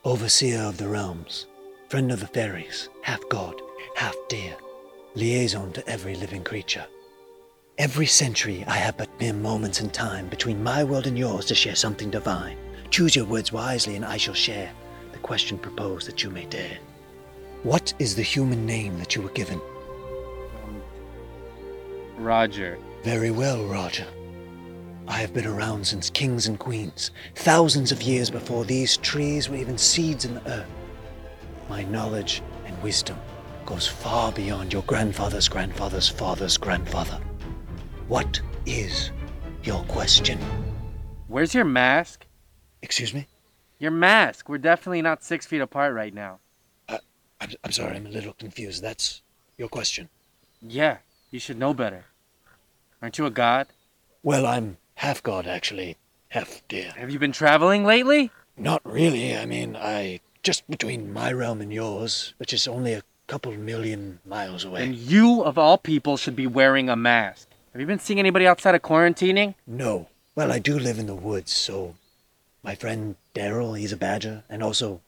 Speaker 2: overseer of the realms, friend of the fairies, half god, half deer, liaison to every living creature. Every century, I have but mere moments in time between my world and yours to share something divine. Choose your words wisely, and I shall share the question proposed that you may dare. What is the human name that you were given?
Speaker 13: Roger.
Speaker 2: Very well, Roger. I have been around since kings and queens, thousands of years before these trees were even seeds in the earth. My knowledge and wisdom goes far beyond your grandfather's grandfather's father's grandfather.
Speaker 11: What is your question?
Speaker 1: Where's your mask?
Speaker 11: Excuse me?
Speaker 1: Your mask. We're definitely not six feet apart right now.
Speaker 11: I'm, I'm sorry, I'm a little confused. That's your question.
Speaker 1: Yeah, you should know better. Aren't you a god?
Speaker 11: Well, I'm half god, actually. Half deer.
Speaker 1: Have you been traveling lately?
Speaker 11: Not really. I mean, I. Just between my realm and yours, which is only a couple million miles away.
Speaker 1: Then you, of all people, should be wearing a mask. Have you been seeing anybody outside of quarantining?
Speaker 11: No. Well, I do live in the woods, so my friend Daryl, he's a badger, and also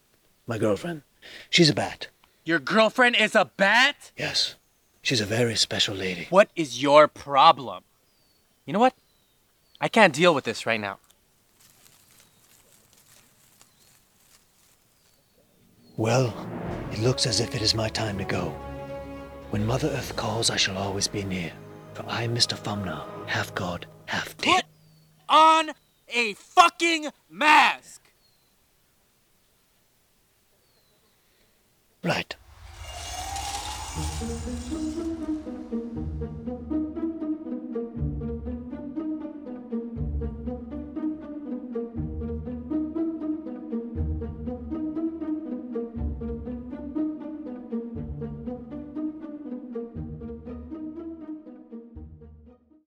Speaker 11: my girlfriend. She's a bat.
Speaker 1: Your girlfriend is a bat?
Speaker 11: Yes. She's a very special lady.
Speaker 1: What is your problem? You know what? I can't deal with this right now.
Speaker 11: Well, it looks as if it is my time to go. When Mother Earth calls, I shall always be near, for I am Mr. Fumna, half god, half deer.
Speaker 1: On a fucking mask!
Speaker 11: Right.